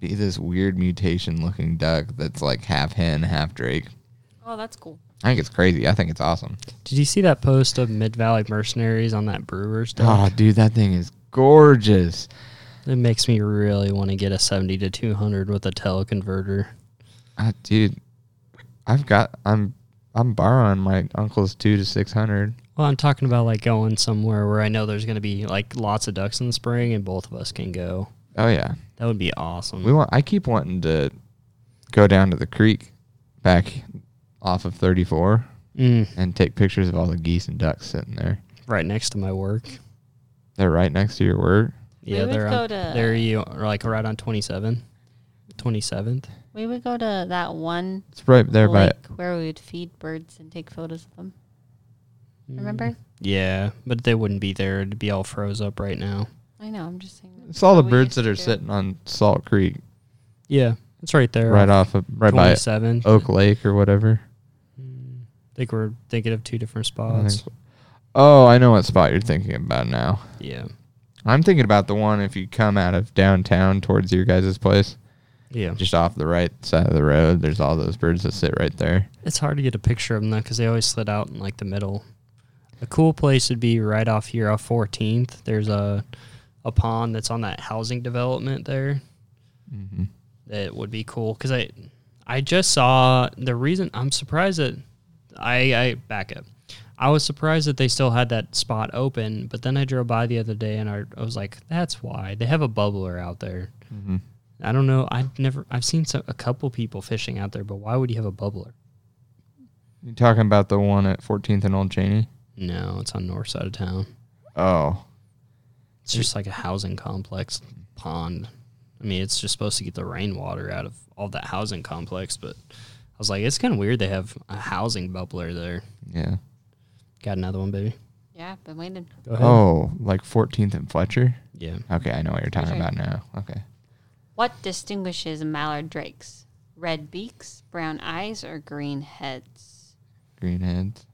[SPEAKER 4] be this weird mutation looking duck that's like half hen, half drake.
[SPEAKER 2] Oh, that's cool.
[SPEAKER 4] I think it's crazy. I think it's awesome.
[SPEAKER 1] Did you see that post of Mid Valley Mercenaries on that Brewers
[SPEAKER 4] Oh,
[SPEAKER 1] duck?
[SPEAKER 4] dude, that thing is gorgeous.
[SPEAKER 1] It makes me really want to get a seventy to two hundred with a teleconverter.
[SPEAKER 4] Ah, dude, I've got, I'm, I'm borrowing my uncle's two to 600.
[SPEAKER 1] Well, I'm talking about like going somewhere where I know there's gonna be like lots of ducks in the spring, and both of us can go.
[SPEAKER 4] Oh, yeah.
[SPEAKER 1] That would be awesome.
[SPEAKER 4] We want. I keep wanting to go down to the creek, back off of 34,
[SPEAKER 1] Mm,
[SPEAKER 4] and take pictures of all the geese and ducks sitting there.
[SPEAKER 1] right next to my work.
[SPEAKER 4] They're right next to your work.
[SPEAKER 1] Yeah,
[SPEAKER 2] would
[SPEAKER 1] they're
[SPEAKER 2] go
[SPEAKER 1] on,
[SPEAKER 2] to-
[SPEAKER 4] e-
[SPEAKER 1] they're you are like right on 27, 27th.
[SPEAKER 2] We would go to that one
[SPEAKER 4] It's right there by.
[SPEAKER 2] lake where we would feed birds and take photos of them. Mm. Remember?
[SPEAKER 4] Mm.
[SPEAKER 1] Yeah, but they wouldn't be there. It'd be all froze up right now.
[SPEAKER 2] I know. I'm just saying.
[SPEAKER 4] It's all
[SPEAKER 2] what
[SPEAKER 4] the
[SPEAKER 2] we
[SPEAKER 4] birds
[SPEAKER 2] used
[SPEAKER 4] that
[SPEAKER 2] to
[SPEAKER 4] are
[SPEAKER 2] do.
[SPEAKER 4] sitting on Salt Creek,
[SPEAKER 1] Yeah, it's right there.
[SPEAKER 4] right off of right by
[SPEAKER 1] 27.
[SPEAKER 4] Oak Lake or whatever.
[SPEAKER 1] Mm, I think we're thinking of two different
[SPEAKER 4] I think-
[SPEAKER 1] spots.
[SPEAKER 4] Oh, I know what spot you're thinking about now.
[SPEAKER 1] Yeah,
[SPEAKER 4] I'm thinking about the one if you come out of downtown towards your guys' place,
[SPEAKER 1] yeah.
[SPEAKER 4] just off the right side of the road. There's all those birds that sit right there.
[SPEAKER 1] It's hard to get a picture of them though because they always slid out in like the middle. A cool place would be right off here off 14th. There's a a pond that's on that housing development there.
[SPEAKER 4] Mm-hmm.
[SPEAKER 1] that would be cool because I I just saw the reason I'm surprised that I I back up. I was surprised that they still had that spot open, but then I drove by the other day and I, I was like, that's why they have a bubbler out there.
[SPEAKER 4] Mm-hmm.
[SPEAKER 1] I don't know. I've never I've seen some, a couple people fishing out there, but why would you have a bubbler?
[SPEAKER 4] You talking about the one at 14th and Old Cheney?
[SPEAKER 1] No, it's on north side of town.
[SPEAKER 4] Oh,
[SPEAKER 1] It's just like a housing complex pond. I mean, it's just supposed to get the rainwater out of all that housing complex, but I was like, it's kind of weird they have a housing bubbler there.
[SPEAKER 4] yeah.
[SPEAKER 1] Got another one, baby.
[SPEAKER 2] Yeah, I've been waiting.
[SPEAKER 1] Go ahead.
[SPEAKER 4] Oh, like 14th and Fletcher?
[SPEAKER 1] Yeah.
[SPEAKER 4] Okay, I know what you're talking
[SPEAKER 2] Fletcher.
[SPEAKER 4] about now. Okay.
[SPEAKER 2] What distinguishes mallard drakes? Red beaks, brown eyes, or green heads?
[SPEAKER 4] Greenheads.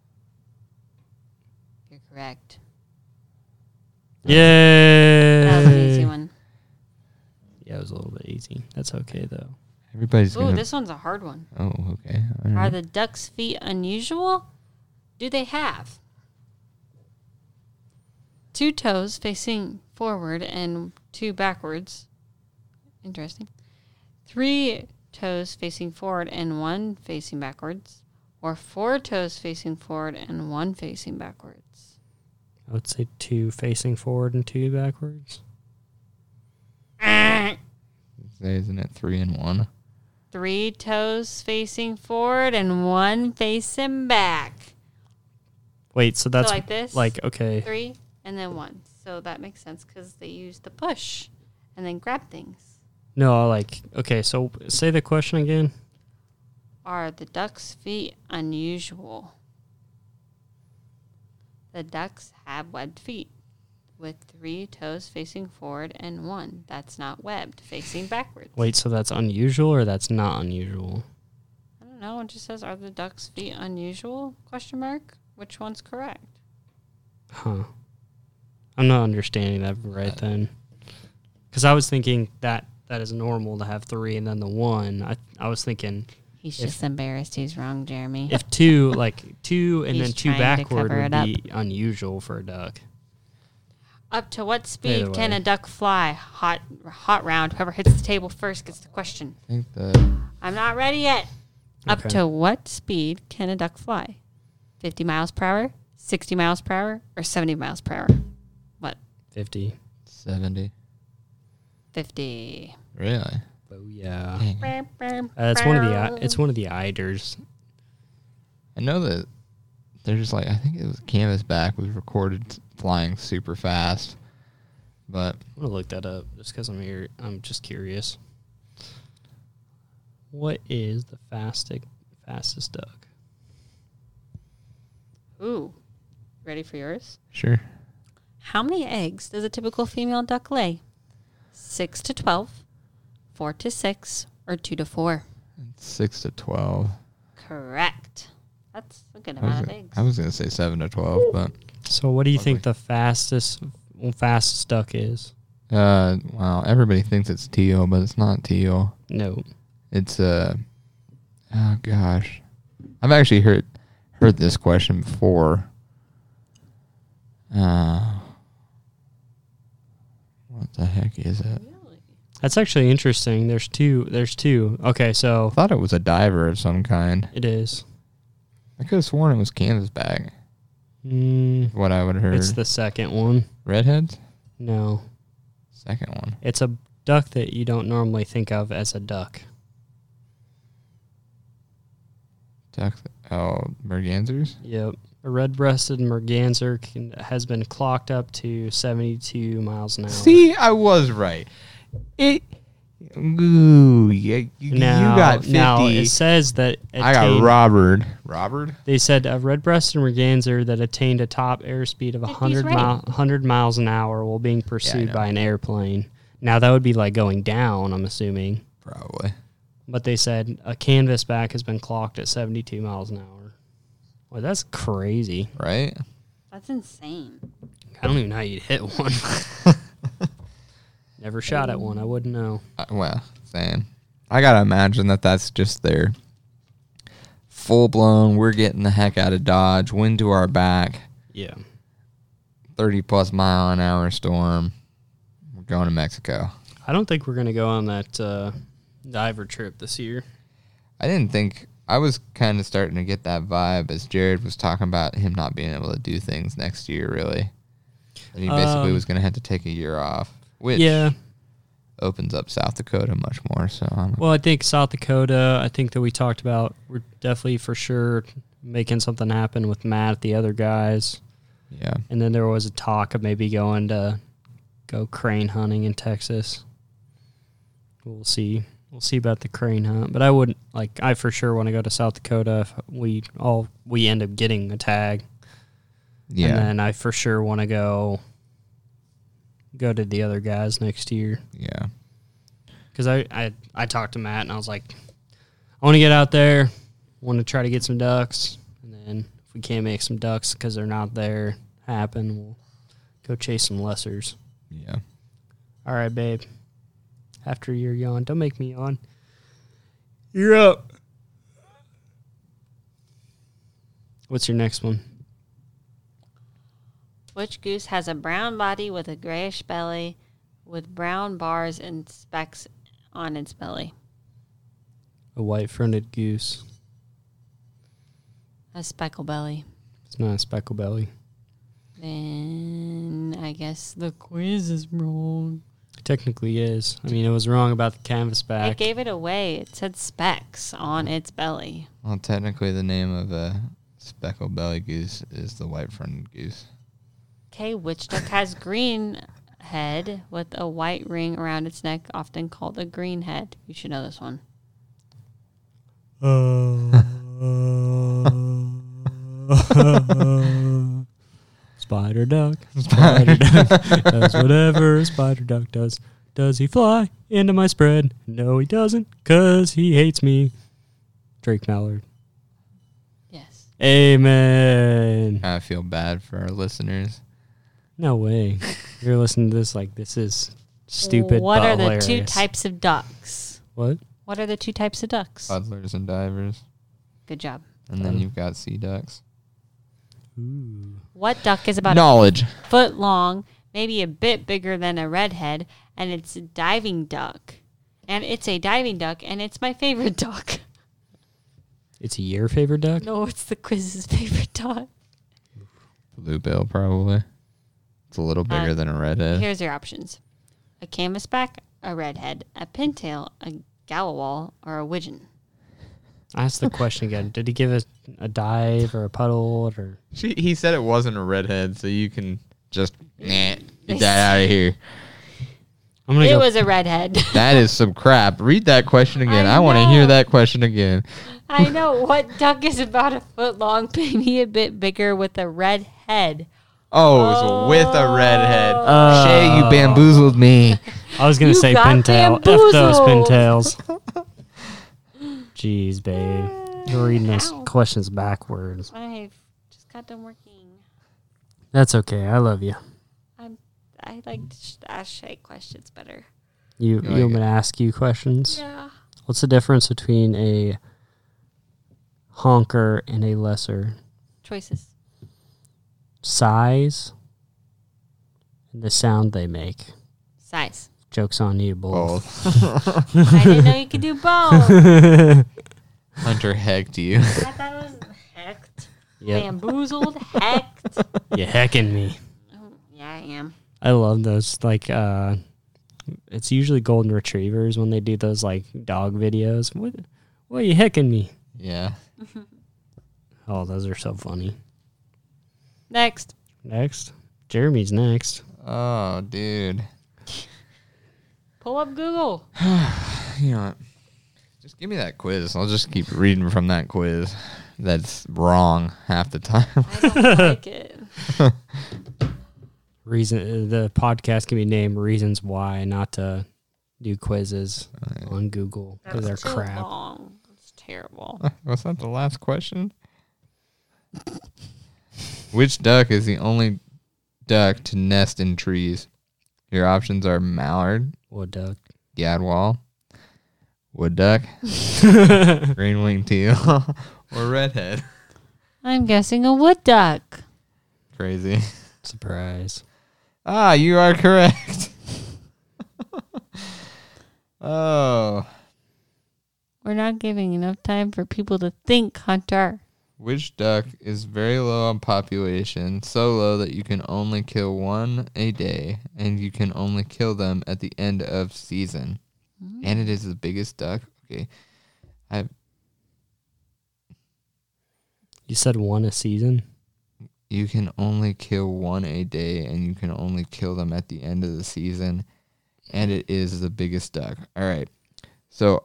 [SPEAKER 2] You're correct. That was an easy
[SPEAKER 1] Yay.
[SPEAKER 2] one.
[SPEAKER 1] Yeah, it was a little bit easy. That's okay though.
[SPEAKER 4] Everybody's
[SPEAKER 2] Ooh,
[SPEAKER 4] going to.
[SPEAKER 2] this one's a hard one.
[SPEAKER 4] Oh, okay. All
[SPEAKER 2] Are
[SPEAKER 4] right.
[SPEAKER 2] the duck's feet unusual? Do they have two toes facing forward and two backwards? Interesting. Three toes facing forward and one facing backwards, or four toes facing forward and one facing backwards?
[SPEAKER 1] I would say two facing forward and two backwards.
[SPEAKER 4] Say, Isn't it three and one?
[SPEAKER 2] Three toes facing forward and one facing back.
[SPEAKER 1] Wait, so that's
[SPEAKER 2] so
[SPEAKER 1] like,
[SPEAKER 2] like this?
[SPEAKER 1] okay.
[SPEAKER 2] three and then one. So that makes sense because they use the push and then grab things.
[SPEAKER 1] No, like okay. So say the question again.
[SPEAKER 2] Are the duck's feet unusual? The ducks have webbed feet with three toes facing forward and one that's not webbed facing backwards.
[SPEAKER 1] Wait, so that's unusual or that's not unusual?
[SPEAKER 2] I don't know. It just says, "Are the duck's feet unusual?" Question mark. Which one's correct?
[SPEAKER 1] Huh. I'm not understanding that right then. Because I was thinking that that is normal to have three and then the one. I I was thinking
[SPEAKER 2] He's
[SPEAKER 1] If-
[SPEAKER 2] just embarrassed. He's wrong, Jeremy.
[SPEAKER 1] if two like two and then
[SPEAKER 2] He's
[SPEAKER 1] two
[SPEAKER 2] trying to
[SPEAKER 1] backward
[SPEAKER 2] cover
[SPEAKER 1] would
[SPEAKER 2] it up.
[SPEAKER 1] be unusual for a duck.
[SPEAKER 2] Up to what speed
[SPEAKER 1] Either
[SPEAKER 2] can
[SPEAKER 1] way.
[SPEAKER 2] a duck fly? Hot, hot round. Whoever hits the table first gets the question.
[SPEAKER 4] I think the
[SPEAKER 2] I'm not ready yet. Up
[SPEAKER 1] Okay.
[SPEAKER 2] to what speed can a duck fly? 50 miles per hour, 60 miles per hour, or 70 miles per hour? What?
[SPEAKER 1] Fifty.
[SPEAKER 4] seventy.
[SPEAKER 2] 50.
[SPEAKER 4] Really?
[SPEAKER 1] Oh yeah.
[SPEAKER 4] Dang.
[SPEAKER 1] Uh, it's one of the I- it's one of the eiders.
[SPEAKER 4] I know that there's like I think it was Canvasback. We recorded flying super fast, but
[SPEAKER 1] I'm gonna look that up just because I'm here. I'm just curious. What is the fastest fastest duck?
[SPEAKER 2] Ooh. Ready for yours?
[SPEAKER 4] sure.
[SPEAKER 2] How many eggs does a typical female duck lay? 6 to 12, 4 to 6, or 2 to 4?
[SPEAKER 4] Six to twelve.
[SPEAKER 2] Correct. That's a good
[SPEAKER 4] I was,
[SPEAKER 2] amount of
[SPEAKER 4] gonna-
[SPEAKER 2] eggs.
[SPEAKER 4] I was gonna say seven to twelve, but
[SPEAKER 1] So what do you
[SPEAKER 4] Lovely.
[SPEAKER 1] think the fastest fastest duck is?
[SPEAKER 4] uh, wow, everybody thinks it's teal, but it's not teal.
[SPEAKER 1] No.
[SPEAKER 4] It's uh, oh gosh, I've actually heard heard this question before. Uh, what the heck is it?
[SPEAKER 2] Really?
[SPEAKER 1] That's actually interesting. There's two. There's two. Okay,
[SPEAKER 4] I
[SPEAKER 1] so
[SPEAKER 4] thought it was a diver of some kind.
[SPEAKER 1] it is.
[SPEAKER 4] I could have sworn it was Canvasback.
[SPEAKER 1] Mm,
[SPEAKER 4] What I would have heard.
[SPEAKER 1] it's the second one.
[SPEAKER 4] redheads.
[SPEAKER 1] No,
[SPEAKER 4] Second one.
[SPEAKER 1] it's a duck that you don't normally think of as a duck.
[SPEAKER 4] Duck. Oh, mergansers.
[SPEAKER 1] Yep. A red-breasted merganser can, has been clocked up to 72 miles an hour.
[SPEAKER 4] See, I was right. It. Ooh, yeah, you,
[SPEAKER 1] Now,
[SPEAKER 4] you got fifty.
[SPEAKER 1] Now it says that
[SPEAKER 4] I got
[SPEAKER 1] attained-
[SPEAKER 4] Robert. Robert.
[SPEAKER 1] They said a red-breasted merganser that attained a top airspeed of 100,
[SPEAKER 2] right.
[SPEAKER 1] mile, 100 miles an hour while being pursued
[SPEAKER 4] know.
[SPEAKER 1] by an airplane. Now that would be like going down, I'm assuming.
[SPEAKER 4] Probably.
[SPEAKER 1] But they said a canvasback has been clocked at 72 miles an hour. Well, that's crazy.
[SPEAKER 4] Right.
[SPEAKER 2] That's insane.
[SPEAKER 1] I don't even know how you'd hit one. Never shot at one. I wouldn't know.
[SPEAKER 4] Uh, well, same. I gotta imagine that that's just their full blown. We're getting the heck out of Dodge. Wind to our back.
[SPEAKER 1] Yeah.
[SPEAKER 4] Thirty plus mile an hour storm. We're going to Mexico.
[SPEAKER 1] I don't think we're going to go on that uh, diver trip this year.
[SPEAKER 4] I didn't think I was kind of starting to get that vibe as Jared was talking about him not being able to do things next year, really. And he basically
[SPEAKER 1] Um,
[SPEAKER 4] was going to have to take a year off, which
[SPEAKER 1] yeah.
[SPEAKER 4] opens up South Dakota much more. So I'm,
[SPEAKER 1] Well, I think South Dakota, I think that we talked about, we're definitely for sure making something happen with Matt, the other guys.
[SPEAKER 4] yeah,
[SPEAKER 1] And then there was a talk of maybe going to go crane hunting in Texas. We'll see. We'll see about the crane hunt. But I wouldn't, like, I for sure want to go to South Dakota if we all, we end up getting a tag. And
[SPEAKER 4] yeah,
[SPEAKER 1] then I for sure want to go go to the other guys next year
[SPEAKER 4] yeah.
[SPEAKER 1] because I, I I talked to Matt and I was like, I want to get out there, want to try to get some ducks, and then if we can't make some ducks because they're not there happen, we'll go chase some lessers.
[SPEAKER 4] Yeah.
[SPEAKER 1] All right, babe. After your yawn, don't make me yawn. You're up. What's your next one?
[SPEAKER 2] Which goose has a brown body with a grayish belly with brown bars and specks on its belly?
[SPEAKER 1] A white fronted goose.
[SPEAKER 2] A speckle belly.
[SPEAKER 1] It's not a speckle belly.
[SPEAKER 2] Then I guess the quiz is wrong.
[SPEAKER 1] Technically is. I mean, it was wrong about the canvas
[SPEAKER 2] It
[SPEAKER 1] back.
[SPEAKER 2] gave it away. It said specks on its belly.
[SPEAKER 4] Well, technically, the name of a speckled belly goose is the white fronted goose.
[SPEAKER 2] Okay, which duck has green head with a white ring around its neck, often called a green head? You should know this one.
[SPEAKER 1] Uh, Spider duck. Spider duck does whatever a spider duck does. Does he fly into my spread? No, he doesn't, because he hates me. Drake Mallard.
[SPEAKER 2] Yes.
[SPEAKER 1] Amen.
[SPEAKER 4] I feel bad for our listeners.
[SPEAKER 1] No way. You're listening to this like this is stupid.
[SPEAKER 2] What
[SPEAKER 1] but
[SPEAKER 2] are the two
[SPEAKER 1] hilarious.
[SPEAKER 2] types of ducks?
[SPEAKER 1] What?
[SPEAKER 2] What are the two types of ducks?
[SPEAKER 1] Uh,
[SPEAKER 4] Toddlers and divers.
[SPEAKER 2] Good job.
[SPEAKER 4] And then you've got sea ducks.
[SPEAKER 1] Ooh.
[SPEAKER 2] What duck is about
[SPEAKER 4] Knowledge.
[SPEAKER 2] a foot long, maybe a bit bigger than a redhead, and it's a diving duck. And it's a diving duck, and it's my favorite duck.
[SPEAKER 1] It's your favorite duck?
[SPEAKER 2] No, it's the quiz's favorite duck.
[SPEAKER 4] Bluebell, probably. It's a little bigger
[SPEAKER 2] Uh,
[SPEAKER 4] than a redhead.
[SPEAKER 2] Here's your options a canvasback, a redhead, a pintail, a gallowall, or a widgeon.
[SPEAKER 1] I asked the question again. Did he give a, a dive or a puddle or
[SPEAKER 4] She, he said it wasn't a redhead, so you can just nah, get that out of here.
[SPEAKER 1] I'm gonna
[SPEAKER 2] It
[SPEAKER 1] go
[SPEAKER 2] was a redhead.
[SPEAKER 4] That is some crap. Read that question again. I, want to hear
[SPEAKER 2] know.
[SPEAKER 4] that question again.
[SPEAKER 2] I know what duck is about a foot long, maybe a bit bigger with a red head.
[SPEAKER 4] Oh, it's with a redhead. Shay, you
[SPEAKER 1] Oh.
[SPEAKER 4] bamboozled me.
[SPEAKER 1] I was gonna
[SPEAKER 2] You
[SPEAKER 1] say
[SPEAKER 2] got
[SPEAKER 1] pintail. F those
[SPEAKER 2] bamboozled.
[SPEAKER 1] pintails. Jeez, babe. You're reading those
[SPEAKER 2] Ow.
[SPEAKER 1] questions backwards.
[SPEAKER 2] I just got done working.
[SPEAKER 1] That's okay. I love you.
[SPEAKER 2] I'm, I like to sh- ask Shay questions better.
[SPEAKER 1] You you
[SPEAKER 4] like
[SPEAKER 1] want me to ask you questions?
[SPEAKER 2] Yeah.
[SPEAKER 1] What's the difference between a honker and a lesser?
[SPEAKER 2] Choices.
[SPEAKER 1] Size and the sound they make.
[SPEAKER 2] Size.
[SPEAKER 1] Joke's on you, both.
[SPEAKER 4] Both.
[SPEAKER 2] I didn't know you could do both. I
[SPEAKER 4] Hunter hecked you.
[SPEAKER 2] thought it was hecked.
[SPEAKER 1] Yep.
[SPEAKER 2] Bamboozled, hecked.
[SPEAKER 1] You hecking me.
[SPEAKER 2] Yeah, I am.
[SPEAKER 1] I love those. Like, uh, it's usually golden retrievers when they do those like dog videos. What? What are you hecking me?
[SPEAKER 4] Yeah.
[SPEAKER 1] Oh, those are so funny.
[SPEAKER 2] Next.
[SPEAKER 1] Next, Jeremy's next.
[SPEAKER 4] Oh, dude.
[SPEAKER 2] Pull up Google.
[SPEAKER 4] You know what? Just give me that quiz. I'll just keep reading from that quiz. That's wrong half the time.
[SPEAKER 2] I don't like it.
[SPEAKER 1] Reason uh, the podcast can be named "Reasons Why Not to Do Quizzes on Google" because they're
[SPEAKER 2] That's too
[SPEAKER 1] crap.
[SPEAKER 2] long. It's terrible.
[SPEAKER 4] Was that the last question? Which duck is the only duck to nest in trees? Your options are mallard,
[SPEAKER 1] What duck?
[SPEAKER 4] gadwall, wood duck, green winged teal, or redhead.
[SPEAKER 2] I'm guessing a wood duck.
[SPEAKER 4] Crazy.
[SPEAKER 1] Surprise!
[SPEAKER 4] Ah, you are correct. oh.
[SPEAKER 2] We're not giving enough time for people to think, Hunter.
[SPEAKER 4] Which duck is very low on population, so low that you can only kill one a day, and you can only kill them at the end of season. And it is the biggest duck. Okay. I
[SPEAKER 1] You said one a season.
[SPEAKER 4] you can only kill one a day and you can only kill them at the end of the season. And it is the biggest duck. All right. So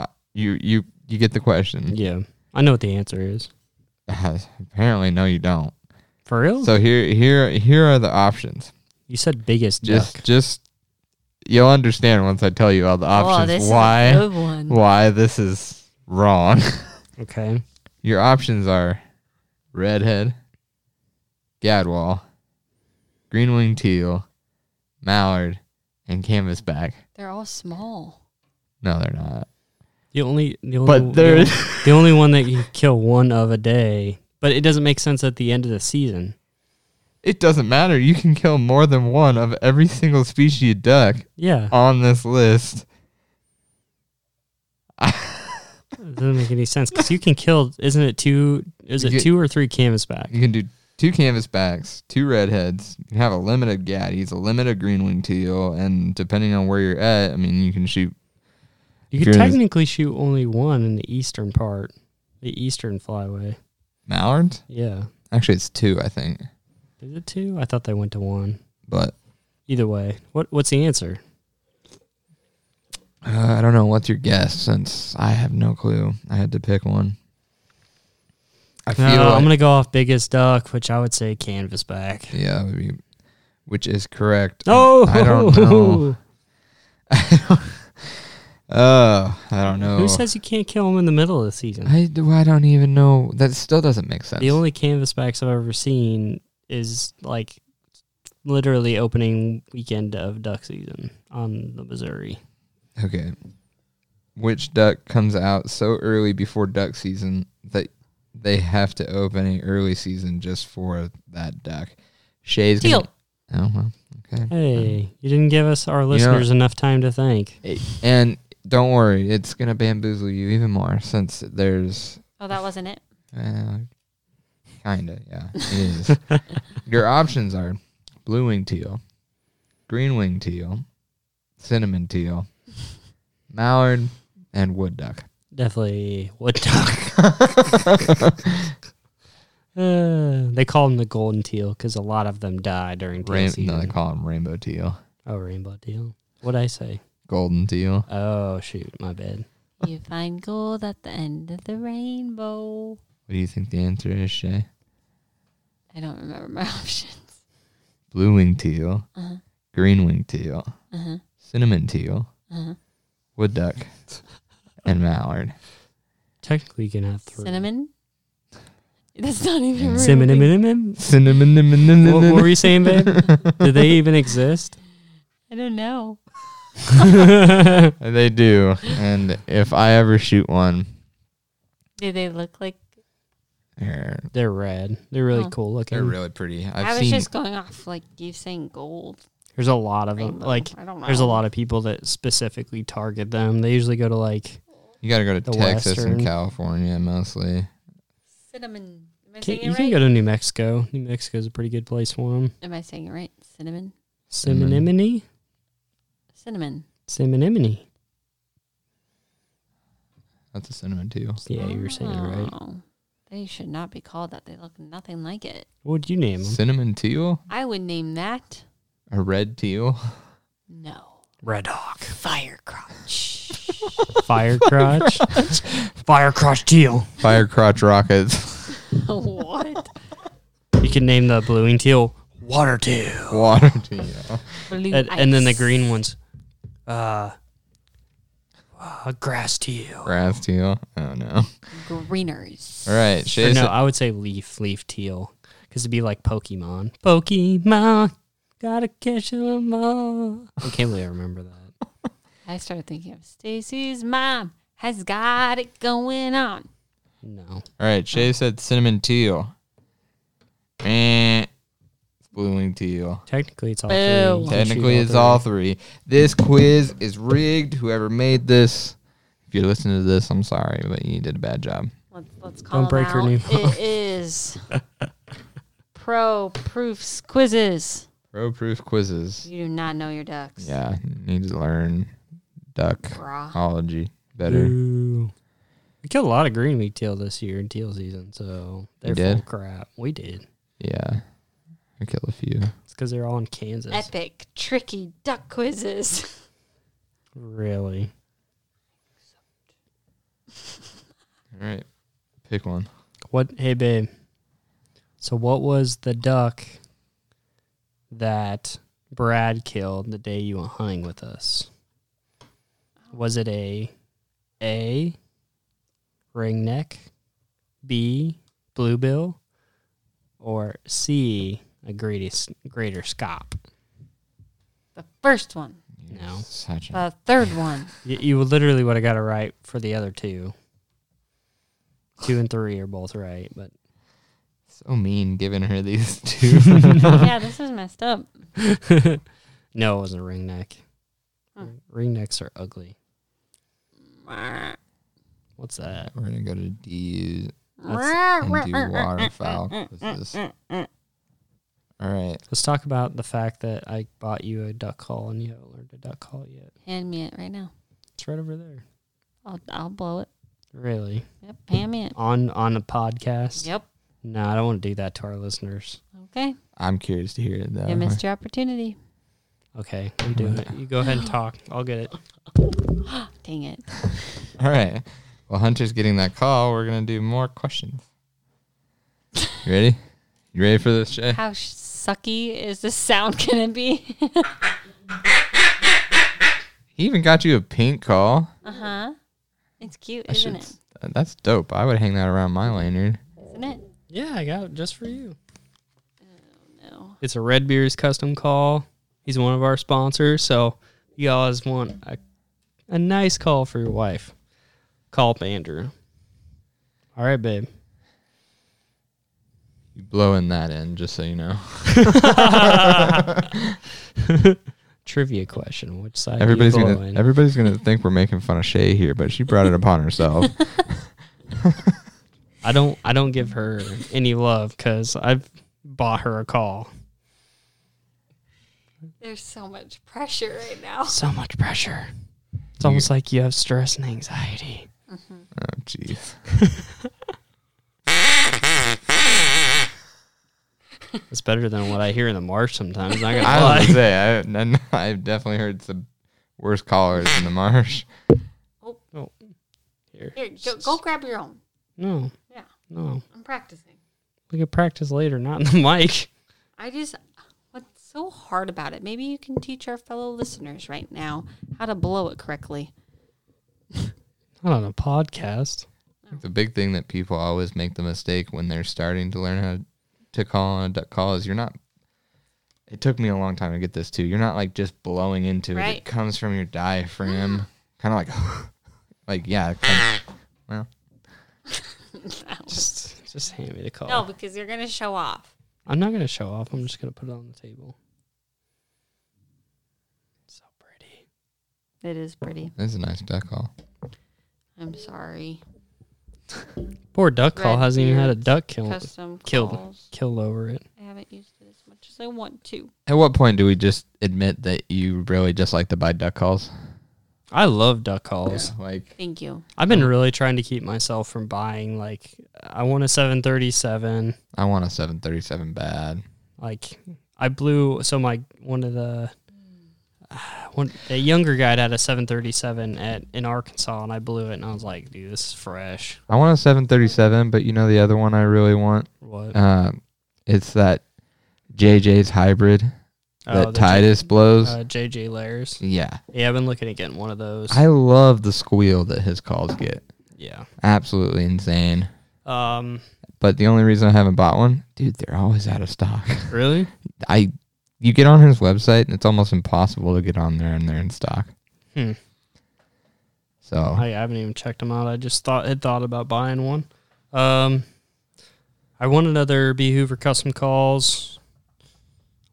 [SPEAKER 4] uh, you you you get the question.
[SPEAKER 1] Yeah, I know what the answer is.
[SPEAKER 4] Apparently no you don't.
[SPEAKER 1] For real?
[SPEAKER 4] So here here here are the options.
[SPEAKER 1] you said biggest
[SPEAKER 4] just
[SPEAKER 1] duck.
[SPEAKER 4] just you'll understand once I tell you all the options why
[SPEAKER 2] Oh, is a good one.
[SPEAKER 4] why this is wrong.
[SPEAKER 1] Okay.
[SPEAKER 4] Your options are redhead, gadwall, green winged teal, mallard, and canvasback.
[SPEAKER 2] They're all small.
[SPEAKER 4] No, they're not.
[SPEAKER 1] The only, the only
[SPEAKER 4] But
[SPEAKER 1] the
[SPEAKER 4] there
[SPEAKER 1] only, the only one that you kill one of a day. But it doesn't make sense at the end of the season.
[SPEAKER 4] it doesn't matter. You can kill more than one Oh. of every single species of duck
[SPEAKER 1] Yeah.
[SPEAKER 4] on this list.
[SPEAKER 1] It doesn't make any sense because you can kill. Isn't it two? Is
[SPEAKER 4] You
[SPEAKER 1] it
[SPEAKER 4] get-
[SPEAKER 1] two or three canvasback?
[SPEAKER 4] You can do two canvasbacks, two redheads. You can have a limited gaddies, a limited green wing teal, and depending on where you're at, I mean, you can shoot.
[SPEAKER 1] You could
[SPEAKER 4] Sure.
[SPEAKER 1] technically shoot only one in the eastern part, the eastern flyway.
[SPEAKER 4] Mallards?
[SPEAKER 1] Yeah,
[SPEAKER 4] Actually, it's two, I think.
[SPEAKER 1] is it two? I thought they went to one.
[SPEAKER 4] But
[SPEAKER 1] Either way, what what's the answer?
[SPEAKER 4] uh, I don't know. What's your guess? Since I have no clue, I had to pick one. I feel
[SPEAKER 1] No, Uh, I'm
[SPEAKER 4] like-
[SPEAKER 1] gonna go off biggest duck, which I would say canvasback.
[SPEAKER 4] yeah, would be, which is correct.
[SPEAKER 1] Oh,
[SPEAKER 4] I don't know. Oh, I don't know.
[SPEAKER 1] Who says you can't kill them in the middle of the season?
[SPEAKER 4] I, do- I don't even know. That still doesn't make sense.
[SPEAKER 1] The only canvasbacks I've ever seen is like literally opening weekend of duck season on the Missouri.
[SPEAKER 4] Okay. Which duck comes out so early before duck season that they have to open a early season just for that duck? Shay's gonna-
[SPEAKER 2] Teal.
[SPEAKER 4] Oh well, okay.
[SPEAKER 1] Hey, you didn't give us our listeners enough time to think.
[SPEAKER 4] Eh, And don't worry, it's gonna bamboozle you even more since there's
[SPEAKER 2] Oh, that wasn't it.
[SPEAKER 4] uh, kinda yeah it is. Your options are blue wing teal, green wing teal, cinnamon teal, mallard, and wood duck.
[SPEAKER 1] Definitely wood duck. Uh, they call them the golden teal because a lot of them die during teal
[SPEAKER 4] Rain-
[SPEAKER 1] season.
[SPEAKER 4] no, they call them rainbow teal,
[SPEAKER 1] oh, rainbow teal. What'd I say?
[SPEAKER 4] golden teal.
[SPEAKER 1] Oh, shoot, my bad.
[SPEAKER 2] You find gold at the end of the rainbow.
[SPEAKER 4] What do you think the answer is, Shay?
[SPEAKER 2] I don't remember my options.
[SPEAKER 4] Blue wing teal,
[SPEAKER 2] Uh-huh.
[SPEAKER 4] green wing teal,
[SPEAKER 2] Uh-huh.
[SPEAKER 4] cinnamon teal,
[SPEAKER 2] Uh-huh.
[SPEAKER 4] wood duck, and mallard.
[SPEAKER 1] Technically, you can have three.
[SPEAKER 2] Cinnamon? That's not even real.
[SPEAKER 1] Cinnamon.
[SPEAKER 4] Cinnamon.
[SPEAKER 1] What, what were you saying, babe? Do they even exist?
[SPEAKER 2] I don't know.
[SPEAKER 4] They do, and if I ever shoot one,
[SPEAKER 2] Do they look like?
[SPEAKER 4] they're,
[SPEAKER 1] They're red. They're really
[SPEAKER 2] Huh.
[SPEAKER 1] cool looking.
[SPEAKER 4] they're really pretty.
[SPEAKER 2] i
[SPEAKER 4] I've
[SPEAKER 2] was
[SPEAKER 4] seen.
[SPEAKER 2] just going off like you saying gold.
[SPEAKER 1] There's a lot of them.
[SPEAKER 2] Rainbow.
[SPEAKER 1] Like
[SPEAKER 2] I don't know.
[SPEAKER 1] there's a lot of people that specifically target them. They usually go to like
[SPEAKER 4] you got to go to
[SPEAKER 1] the
[SPEAKER 4] Texas and
[SPEAKER 1] western.
[SPEAKER 4] California mostly.
[SPEAKER 2] Cinnamon. Am I
[SPEAKER 1] can-
[SPEAKER 2] saying
[SPEAKER 1] you
[SPEAKER 2] it
[SPEAKER 1] can
[SPEAKER 2] right?
[SPEAKER 1] go to New Mexico. New Mexico's a pretty good place for them.
[SPEAKER 2] Am I saying it right? Cinnamon.
[SPEAKER 4] Cinnamon.
[SPEAKER 1] Cinnamon,
[SPEAKER 2] Cinnamon.
[SPEAKER 1] cinnamon.
[SPEAKER 4] That's a cinnamon teal.
[SPEAKER 1] Yeah, you were saying it right.
[SPEAKER 2] Oh. They should not be called that. They look nothing like it.
[SPEAKER 1] What'd you name them?
[SPEAKER 4] Cinnamon teal,
[SPEAKER 2] I would name that
[SPEAKER 4] a red teal.
[SPEAKER 2] no
[SPEAKER 1] Red Hawk,
[SPEAKER 2] firecrotch.
[SPEAKER 1] Fire Crotch, Fire Crotch Teal.
[SPEAKER 4] Fire crotch rockets.
[SPEAKER 2] what?
[SPEAKER 1] You can name the blue and teal Water Teal,
[SPEAKER 4] Water teal.
[SPEAKER 2] Blue
[SPEAKER 1] and, and then the
[SPEAKER 2] ice.
[SPEAKER 1] green ones, uh, uh Grass Teal.
[SPEAKER 4] Grass teal. Oh no.
[SPEAKER 2] greeners.
[SPEAKER 4] All right,
[SPEAKER 1] Or
[SPEAKER 4] Shay's
[SPEAKER 1] no, I would say Leaf Leaf Teal because it'd be like Pokemon. Pokemon, gotta catch 'em all. I can't believe I remember that.
[SPEAKER 2] I started thinking of Stacy's mom has got it going on.
[SPEAKER 1] No.
[SPEAKER 4] All right, Shay said cinnamon teal. Eh, it's blue wing teal.
[SPEAKER 1] Technically, it's all
[SPEAKER 2] Boo.
[SPEAKER 1] three. You can
[SPEAKER 4] Technically,
[SPEAKER 1] shoot
[SPEAKER 4] it's all three. This quiz is rigged. Whoever made this, if you're listening to this, I'm sorry, but you did a bad job.
[SPEAKER 2] Let's let's call
[SPEAKER 1] Don't break
[SPEAKER 2] them
[SPEAKER 1] her
[SPEAKER 2] out.
[SPEAKER 1] new
[SPEAKER 2] It is pro proofs quizzes.
[SPEAKER 4] Pro proof quizzes.
[SPEAKER 2] You do not know your ducks.
[SPEAKER 4] Yeah, need to learn
[SPEAKER 2] Brah.
[SPEAKER 4] duckology better.
[SPEAKER 1] Boo. We killed a lot of green wheat teal this year in teal season, so they're
[SPEAKER 4] You did?
[SPEAKER 1] full crap. We did.
[SPEAKER 4] Yeah, I killed a few.
[SPEAKER 1] It's because they're all in Kansas.
[SPEAKER 2] Epic, tricky duck quizzes.
[SPEAKER 1] Really?
[SPEAKER 4] All right, pick one.
[SPEAKER 1] What? Hey, babe. So, what was the duck that Brad killed the day you went hunting with us? Was it a A ring neck, B bluebill, or C a greatest greater scop?
[SPEAKER 2] The first one,
[SPEAKER 4] You're
[SPEAKER 1] No.
[SPEAKER 4] Such a
[SPEAKER 2] the third one.
[SPEAKER 1] You, you literally would have got it right for the other two. Two and three are both right, but
[SPEAKER 4] so mean giving her these two.
[SPEAKER 2] yeah, this is messed up.
[SPEAKER 1] no, it wasn't ring neck.
[SPEAKER 2] Huh.
[SPEAKER 1] Ring necks are ugly.
[SPEAKER 5] What's that?
[SPEAKER 4] We're gonna go to DU and do
[SPEAKER 2] uh,
[SPEAKER 4] waterfowl quizzes. All right.
[SPEAKER 1] Let's talk about the fact that I bought you a duck call and you haven't learned a duck call yet.
[SPEAKER 2] Hand me it right now.
[SPEAKER 1] It's right over there.
[SPEAKER 2] I'll, I'll blow it.
[SPEAKER 1] Really?
[SPEAKER 2] Yep, hand me it.
[SPEAKER 1] On on the podcast?
[SPEAKER 2] Yep.
[SPEAKER 1] No, I don't want to do that to our listeners.
[SPEAKER 2] Okay.
[SPEAKER 4] I'm curious to hear it though.
[SPEAKER 2] You missed your opportunity.
[SPEAKER 1] Okay, I'm doing it. You go ahead and talk. I'll get it.
[SPEAKER 2] Dang it.
[SPEAKER 4] All right. Well, Hunter's getting that call. We're gonna do more questions. You ready? You ready for this, Jay?
[SPEAKER 2] How sh- sucky is this sound going to be?
[SPEAKER 4] He even got you a pink call.
[SPEAKER 2] uh huh. It's cute,
[SPEAKER 4] I
[SPEAKER 2] isn't
[SPEAKER 4] should,
[SPEAKER 2] it?
[SPEAKER 4] uh, that's dope. I would hang that around my lanyard.
[SPEAKER 2] Isn't it?
[SPEAKER 1] Yeah, I got it just for you.
[SPEAKER 2] No.
[SPEAKER 1] It's a Red Beers custom call. He's one of our sponsors, so you always want a, a nice call for your wife. Call up Andrew. All right, babe.
[SPEAKER 4] You blowing that in, just so you know.
[SPEAKER 1] Trivia question: Which side
[SPEAKER 4] Everybody's
[SPEAKER 1] do you
[SPEAKER 4] gonna
[SPEAKER 1] blow in?
[SPEAKER 4] everybody's gonna think we're making fun of Shay here, but she brought it upon herself.
[SPEAKER 1] I don't. I don't give her any love because I've bought her a call.
[SPEAKER 2] There's so much pressure right now.
[SPEAKER 1] So much pressure. It's almost like you have stress and anxiety.
[SPEAKER 4] Oh, jeez.
[SPEAKER 1] It's better than what I hear in the marsh sometimes. Not gonna
[SPEAKER 4] I was
[SPEAKER 1] lie.
[SPEAKER 4] gonna say I, n- I've definitely heard some worse callers in the marsh.
[SPEAKER 1] Here.
[SPEAKER 2] Here, go, go grab your own.
[SPEAKER 1] No.
[SPEAKER 2] Yeah.
[SPEAKER 1] No.
[SPEAKER 2] I'm practicing.
[SPEAKER 1] We could practice later, not in the mic.
[SPEAKER 2] I just, what's so hard about it? Maybe you can teach our fellow listeners right now how to blow it correctly.
[SPEAKER 1] Not on a podcast.
[SPEAKER 4] The big thing that people always make the mistake when they're starting to learn how to call on a duck call is you're not. It took me a long time to get this too. You're not like just blowing into it.
[SPEAKER 2] Right.
[SPEAKER 4] It comes from your diaphragm, kind of like, like yeah. it comes-
[SPEAKER 1] Just, just hand me the call.
[SPEAKER 2] No, because you're going to show off.
[SPEAKER 1] I'm not gonna show off. I'm just gonna put it on the table. So pretty.
[SPEAKER 2] It is pretty.
[SPEAKER 4] This is a nice duck call.
[SPEAKER 2] I'm sorry.
[SPEAKER 1] Poor duck call
[SPEAKER 2] Red
[SPEAKER 1] hasn't even had a
[SPEAKER 2] beards,
[SPEAKER 1] duck killed.
[SPEAKER 2] Custom
[SPEAKER 1] killed.
[SPEAKER 2] calls.
[SPEAKER 1] Killed over it.
[SPEAKER 2] I haven't used it as much as I want to.
[SPEAKER 4] At what point do we just admit that you really just like to buy duck calls?
[SPEAKER 1] I love duck calls.
[SPEAKER 4] Like
[SPEAKER 2] Thank you.
[SPEAKER 1] I've been really trying to keep myself from buying like I want a 737.
[SPEAKER 4] I want a 737 bad.
[SPEAKER 1] Like I blew so my one of the one a younger guy had a 737 at in Arkansas and I blew it and I was like, dude, this is fresh.
[SPEAKER 4] I want a 737, but you know the other one I really want?
[SPEAKER 1] What?
[SPEAKER 4] Uh, it's that JJ's hybrid
[SPEAKER 1] Oh,
[SPEAKER 4] that
[SPEAKER 1] the
[SPEAKER 4] Titus blows.
[SPEAKER 1] uh, JJ layers.
[SPEAKER 4] yeah.
[SPEAKER 1] Yeah, I've been looking at getting one of those.
[SPEAKER 4] I love the squeal that his calls get.
[SPEAKER 1] yeah.
[SPEAKER 4] Absolutely insane.
[SPEAKER 1] Um.
[SPEAKER 4] But the only reason I haven't bought one, dude, they're always out of stock.
[SPEAKER 1] Really?
[SPEAKER 4] I you get on his website and it's almost impossible to get on there and they're in stock.
[SPEAKER 1] Hmm.
[SPEAKER 4] So
[SPEAKER 1] I haven't even checked them out. I just thought had thought about buying one. Um, I want another B Hoover custom calls.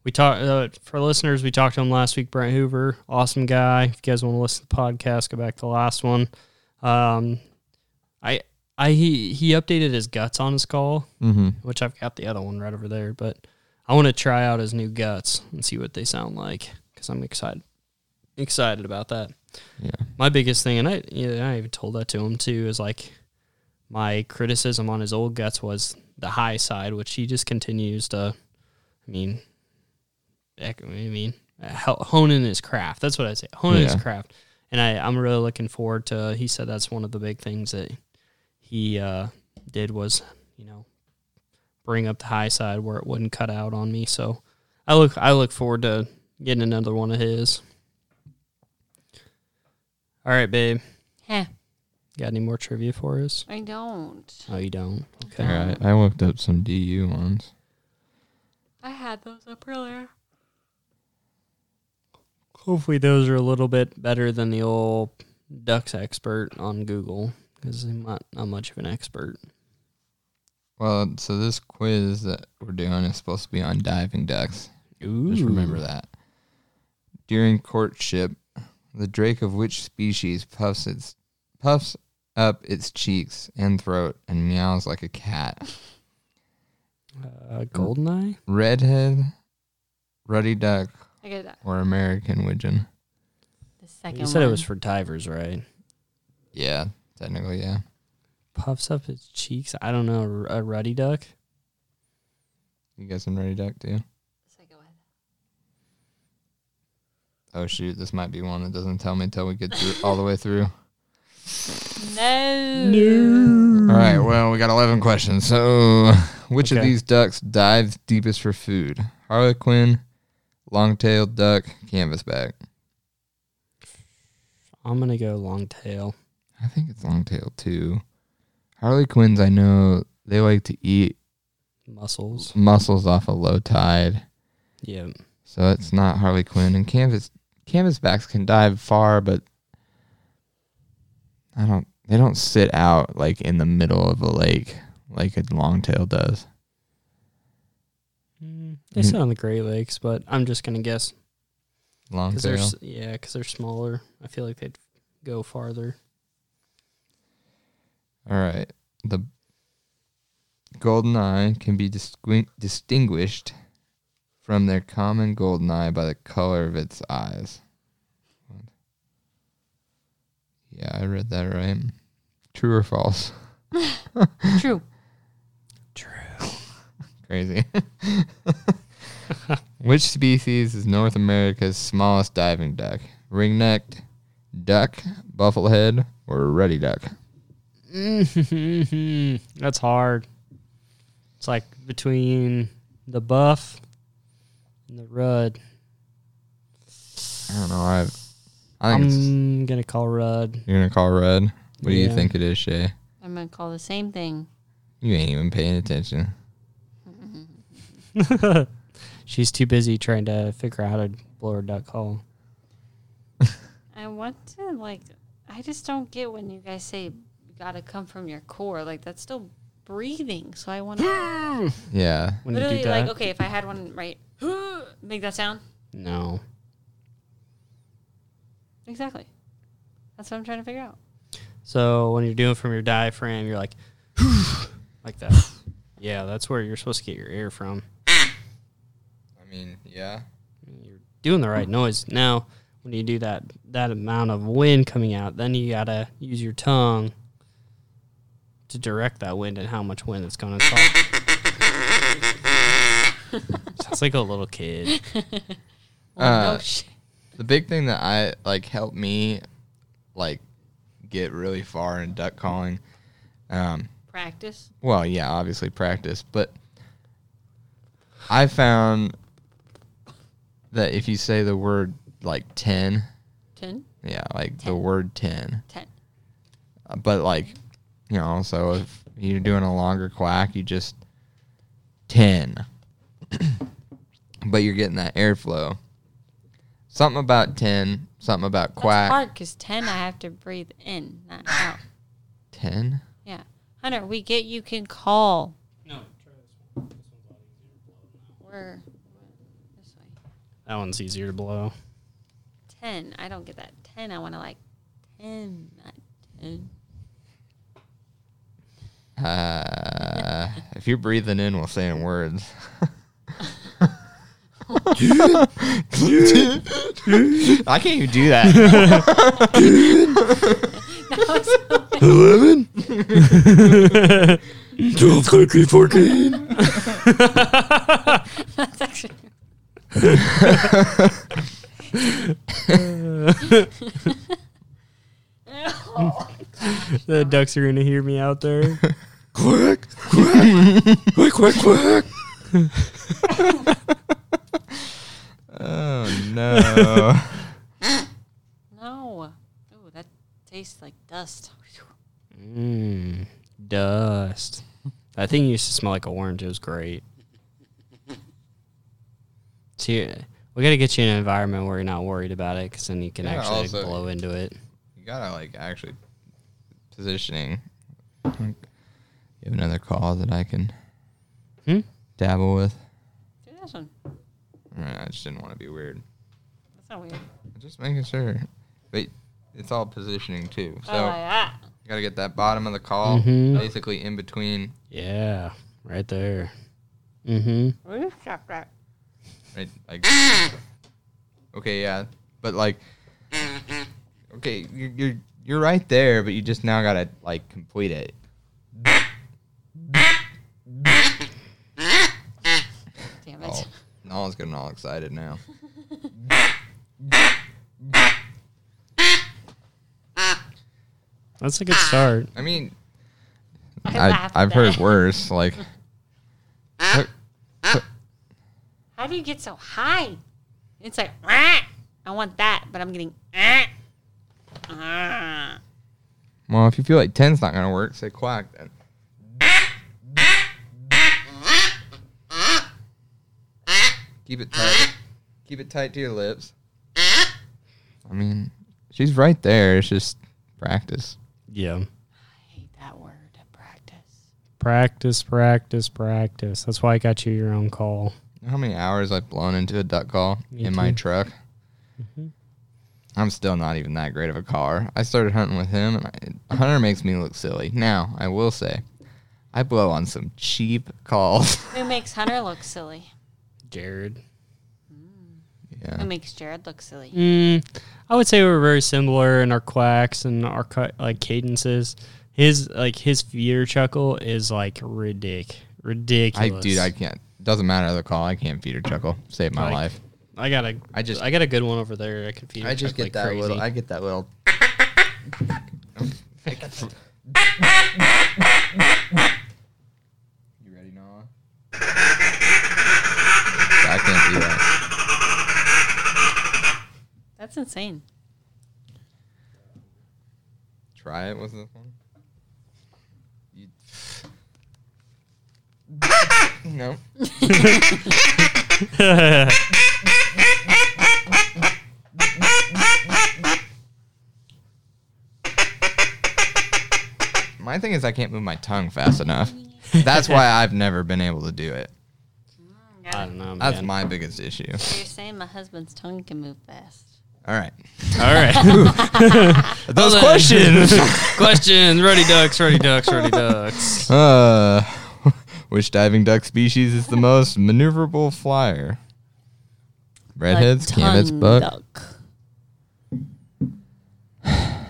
[SPEAKER 1] We talked uh, for listeners. We talked to him last week. Brent Hoover, awesome guy. If you guys want to listen to the podcast, go back to the last one. Um, I I he he updated his guts on his call,
[SPEAKER 4] mhm.
[SPEAKER 1] which I've got the other one right over there. But I want to try out his new guts and see what they sound like because I'm excited excited about that
[SPEAKER 4] yeah.
[SPEAKER 1] my biggest thing, and I yeah, I even told that to him too, is like my criticism on his old guts was the high side, which he just continues to. I mean, ec- I mean, hel- hone in his craft. That's what I say, hone in his
[SPEAKER 4] Yeah.
[SPEAKER 1] craft. And I, I'm really looking forward to. He said that's one of the big things that he uh, did was, you know, bring up the high side where it wouldn't cut out on me. So I look, I look forward to getting another one of his. All right, babe.
[SPEAKER 2] Heh,
[SPEAKER 1] Got any more trivia for us?
[SPEAKER 2] I don't.
[SPEAKER 1] Oh, you don't.
[SPEAKER 4] All
[SPEAKER 1] Okay.
[SPEAKER 4] right. I looked up some DU ones.
[SPEAKER 2] I had those up earlier.
[SPEAKER 1] Hopefully, those are a little bit better than the old ducks expert on Google because I'm not, not much of an expert.
[SPEAKER 4] Well, so this quiz that we're doing is supposed to be on diving ducks.
[SPEAKER 1] Ooh.
[SPEAKER 4] Just remember that. During courtship, the drake of which species puffs its puffs up its cheeks and throat and meows like a cat.
[SPEAKER 1] Uh, Goldeneye?
[SPEAKER 4] Redhead, ruddy duck,
[SPEAKER 2] I get that.
[SPEAKER 4] or American widgeon.
[SPEAKER 2] The second
[SPEAKER 1] You said
[SPEAKER 2] one.
[SPEAKER 1] it was for divers, right?
[SPEAKER 4] Yeah, technically, yeah.
[SPEAKER 1] Puffs up its cheeks. I don't know. A ruddy duck?
[SPEAKER 4] You guys in ruddy duck too?
[SPEAKER 2] The second one.
[SPEAKER 4] Oh shoot, this might be one that doesn't tell me until we get through all the way through.
[SPEAKER 2] No.
[SPEAKER 4] All right, well, we got 11 questions. So, which of
[SPEAKER 1] Okay.
[SPEAKER 4] these ducks dives deepest for food? Harlequin, long tailed duck, canvasback.
[SPEAKER 1] I'm going to go long tail.
[SPEAKER 4] I think it's long tailed too. Harlequins, I know they like to eat
[SPEAKER 1] Muscles.
[SPEAKER 4] mussels off a low tide.
[SPEAKER 1] Yeah.
[SPEAKER 4] So, it's not Harlequin. And canvas canvasbacks can dive far, but I don't. They don't sit out like in the middle of a lake like a long tail does.
[SPEAKER 1] Mm, They
[SPEAKER 4] Mm-hmm.
[SPEAKER 1] sit on the Great Lakes, but I'm just going to guess
[SPEAKER 4] Long
[SPEAKER 1] Cause they're,
[SPEAKER 4] tail.
[SPEAKER 1] s- yeah, because they're smaller. I feel like they'd go farther.
[SPEAKER 4] All right. The golden eye can be disqui- distinguished from their common golden eye by the color of its eyes. What? Yeah, I read that right. True or false?
[SPEAKER 2] True.
[SPEAKER 4] Crazy. Which species is North America's smallest diving duck? Ring-necked duck, bufflehead, or ruddy duck?
[SPEAKER 1] Mm-hmm. That's hard. It's like between the buff and the rudd.
[SPEAKER 4] I don't know. I, I think it's
[SPEAKER 1] I'm gonna call rudd.
[SPEAKER 4] You're gonna call red. What do you
[SPEAKER 1] Yeah.
[SPEAKER 4] think it is, Shay?
[SPEAKER 2] I'm gonna call the same thing.
[SPEAKER 4] You ain't even paying attention.
[SPEAKER 1] She's too busy trying to figure out how to blow her duck call.
[SPEAKER 2] I want to like. I just don't get when you guys say you gotta come from your core. Like that's still breathing. So I want to
[SPEAKER 4] Yeah.
[SPEAKER 1] When you
[SPEAKER 2] literally
[SPEAKER 1] do that,
[SPEAKER 2] like okay, if I had one right, make that sound
[SPEAKER 1] no.
[SPEAKER 2] exactly. That's what I'm trying to figure out.
[SPEAKER 1] So when you're doing from your diaphragm, you're like, like that. Yeah, that's where you're supposed to get your air from.
[SPEAKER 4] I mean, yeah.
[SPEAKER 1] you're doing the right noise. Now, when you do that that amount of wind coming out, then you gotta use your tongue to direct that wind and how much wind it's going to cause. Sounds like a little kid.
[SPEAKER 4] Uh,
[SPEAKER 2] oh shit!
[SPEAKER 4] The big thing that I like helped me like get really far in duck calling. Um,
[SPEAKER 2] Practice.
[SPEAKER 4] well, yeah, obviously practice, but I found that if you say the word like ten,
[SPEAKER 2] Ten.
[SPEAKER 4] yeah, like the word ten,
[SPEAKER 2] Ten.
[SPEAKER 4] Uh, but like you know so if you're doing a longer quack you just 10 but you're getting that airflow something about 10 something about
[SPEAKER 2] That's
[SPEAKER 4] quack
[SPEAKER 2] hard because ten. I have to breathe in, not out.
[SPEAKER 4] 10
[SPEAKER 2] Yeah, Hunter. We get you can call. No, try this one. This one's a lot easier. We're this way.
[SPEAKER 1] That one's easier to blow.
[SPEAKER 2] 10. I don't get that. 10. I want to like 10, not 10.
[SPEAKER 4] uh, if you're breathing in while saying words I can't even do that. Eleven. Twelve, thirteen, fourteen.
[SPEAKER 2] That's actually.
[SPEAKER 1] The ducks are gonna hear me out there.
[SPEAKER 4] Quick, quick, quick, quick, quick. oh no!
[SPEAKER 2] No. Ooh, that tastes like dust.
[SPEAKER 1] Mm, dust. That thing used to smell like orange. It was great. See, we gotta get you in an environment where you're not worried about it, because then you can
[SPEAKER 4] Yeah,
[SPEAKER 1] actually
[SPEAKER 4] also-
[SPEAKER 1] blow into it.
[SPEAKER 4] You gotta like actually positioning. You have another call that I can
[SPEAKER 1] Hmm?
[SPEAKER 4] dabble with.
[SPEAKER 2] Do this one.
[SPEAKER 4] All right, I just didn't want to be weird.
[SPEAKER 2] That's not weird.
[SPEAKER 4] Just making sure. But it's all positioning too. So
[SPEAKER 2] Oh, I like that.
[SPEAKER 4] Got to get that bottom of the call,
[SPEAKER 1] Mhm.
[SPEAKER 4] basically in between,
[SPEAKER 1] Yeah, right there. Mm-hmm.
[SPEAKER 4] right? Like, okay, yeah, but like, okay, you're, you're you're right there, but you just now got to like complete it.
[SPEAKER 2] Damn
[SPEAKER 4] Oh,
[SPEAKER 2] it.
[SPEAKER 4] Nolan's getting all excited now.
[SPEAKER 1] That's a good start.
[SPEAKER 4] I mean,
[SPEAKER 2] I
[SPEAKER 4] I,
[SPEAKER 2] laughed
[SPEAKER 4] I've
[SPEAKER 2] at
[SPEAKER 4] heard
[SPEAKER 2] it.
[SPEAKER 4] worse. Like,
[SPEAKER 2] How do you get so high? It's like, "Ah, I want that, but I'm getting. ah, ah."
[SPEAKER 4] well, if you feel like ten's not gonna work, say quack then. Keep it tight. Keep it tight to your lips. I mean, she's right there. It's just practice.
[SPEAKER 1] Yeah.
[SPEAKER 2] I hate that word, practice.
[SPEAKER 1] Practice, practice, practice. That's why I got you your own call.
[SPEAKER 4] You know how many hours I've blown into a duck call
[SPEAKER 1] Me
[SPEAKER 4] in my
[SPEAKER 1] too. Mm-hmm.
[SPEAKER 4] truck? I'm still not even that great of a caller. I started hunting with him, and I, Hunter makes me look silly. Now, I will say, I blow on some cheap calls.
[SPEAKER 2] Who makes Hunter look silly?
[SPEAKER 1] Jared.
[SPEAKER 2] Who
[SPEAKER 4] yeah.
[SPEAKER 2] makes Jared look silly?
[SPEAKER 1] Mm, I would say we're very similar in our quacks and our cu- like cadences. His like his fear chuckle is like ridic
[SPEAKER 4] I,
[SPEAKER 1] ridiculous.
[SPEAKER 4] dude, I can't. Doesn't matter the call. I can't feed or chuckle. Save my
[SPEAKER 1] Like,
[SPEAKER 4] life.
[SPEAKER 1] I got a
[SPEAKER 4] I just-
[SPEAKER 1] I got a good one over there. I can feed.
[SPEAKER 4] I just get that
[SPEAKER 1] crazy.
[SPEAKER 4] little. I get that little. you ready, Noah? I can't do that.
[SPEAKER 2] That's insane.
[SPEAKER 4] Try it with this one. You... no. My thing is I can't move my tongue fast enough. That's why I've never been able to do it.
[SPEAKER 1] I don't know.
[SPEAKER 4] That's
[SPEAKER 1] man.
[SPEAKER 4] my biggest issue.
[SPEAKER 2] So you're saying my husband's tongue can move fast?
[SPEAKER 4] All right.
[SPEAKER 1] All right.
[SPEAKER 4] Those
[SPEAKER 1] then.
[SPEAKER 4] questions.
[SPEAKER 1] Questions. Ready ducks. Ready ducks. Ready ducks.
[SPEAKER 4] uh, which diving duck species is the most maneuverable flyer? Redheads,
[SPEAKER 2] tongue
[SPEAKER 4] cannabis, buck.
[SPEAKER 2] duck.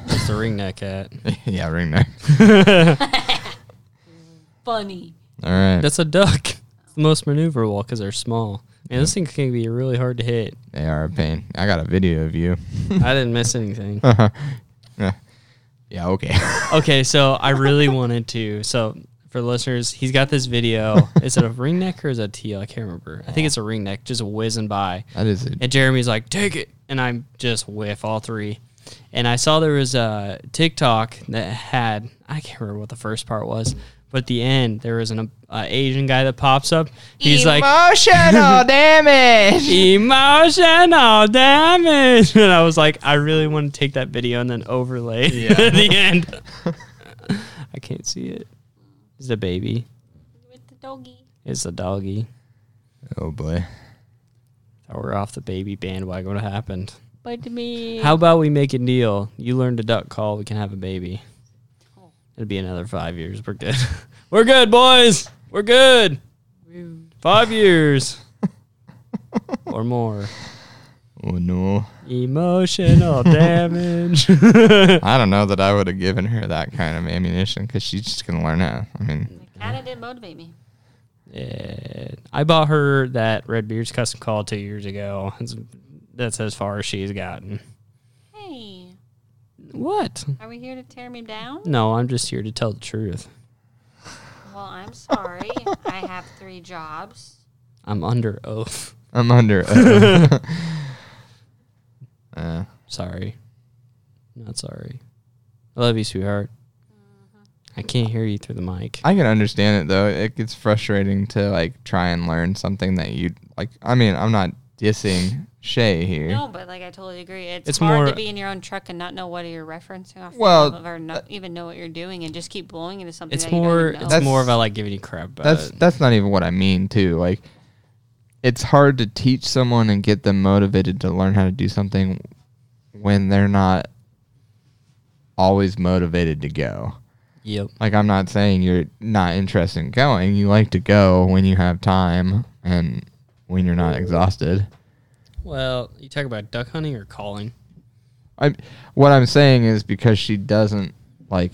[SPEAKER 1] It's the ringneck cat.
[SPEAKER 4] yeah, ring neck.
[SPEAKER 2] Funny.
[SPEAKER 4] All right.
[SPEAKER 1] That's a duck. It's the most maneuverable because they're small. Man, this thing can be really hard to hit.
[SPEAKER 4] They are a pain. I got a video of you.
[SPEAKER 1] I didn't miss anything.
[SPEAKER 4] Yeah, okay.
[SPEAKER 1] Okay, so I really wanted to. So for listeners, he's got this video. Is it a ring neck or is it a teal? I can't remember. I think it's a ring neck, just whizzing by.
[SPEAKER 4] that is it.
[SPEAKER 1] And Jeremy's like, take it. And I just whiff all three. And I saw there was a TikTok that had, I can't remember what the first part was, but at the end, there was an uh, Asian guy that pops up. He's like,
[SPEAKER 4] Emotional damage.
[SPEAKER 1] emotional damage. And I was like, I really want to take that video and then overlay it at the end. I can't see it. It's a baby.
[SPEAKER 2] With the doggy.
[SPEAKER 1] It's a doggy.
[SPEAKER 4] Oh boy.
[SPEAKER 1] Oh, we're off the baby bandwagon. What happened?
[SPEAKER 2] Bite me.
[SPEAKER 1] How about we make a deal? You learn to duck call. We can have a baby. It'll be another five years. We're good. We're good, boys. We're good.
[SPEAKER 2] rude.
[SPEAKER 1] Five years or more.
[SPEAKER 4] Oh no.
[SPEAKER 1] Emotional damage.
[SPEAKER 4] I don't know that I would have given her that kind of ammunition because she's just gonna learn how. I mean,
[SPEAKER 2] Kind of did motivate me.
[SPEAKER 1] Yeah. Uh, I bought her that Red Beard's custom call two years ago. That's, that's as far as she's gotten.
[SPEAKER 2] Hey,
[SPEAKER 1] What?
[SPEAKER 2] are we here to tear me down?
[SPEAKER 1] No, I'm just here to tell the truth.
[SPEAKER 2] Well, I'm sorry. I have three jobs.
[SPEAKER 1] I'm under oath.
[SPEAKER 4] I'm under. Uh, uh,
[SPEAKER 1] Sorry. Not sorry. I love you, sweetheart. I can't hear you through the mic.
[SPEAKER 4] I can understand it though. It gets frustrating to like try and learn something that you like. I mean, I'm not dissing Shay here.
[SPEAKER 2] No, but like I totally agree. It's,
[SPEAKER 1] It's
[SPEAKER 2] hard to
[SPEAKER 1] more-
[SPEAKER 2] be in your own truck and not know what you're referencing off
[SPEAKER 4] Well, uh,
[SPEAKER 2] of or not even know what you're doing and just keep blowing into something.
[SPEAKER 1] It's
[SPEAKER 2] that
[SPEAKER 1] more.
[SPEAKER 2] You don't even know.
[SPEAKER 1] It's more of a like giving you crap. About
[SPEAKER 4] that's
[SPEAKER 1] it.
[SPEAKER 4] that's not even what I mean too. Like it's hard to teach someone and get them motivated to learn how to do something when they're not always motivated to go.
[SPEAKER 1] Yep.
[SPEAKER 4] Like I'm not saying you're not interested in going. You like to go when you have time and when you're not exhausted.
[SPEAKER 1] Well, you talk about duck hunting or calling.
[SPEAKER 4] I what I'm saying is because she doesn't like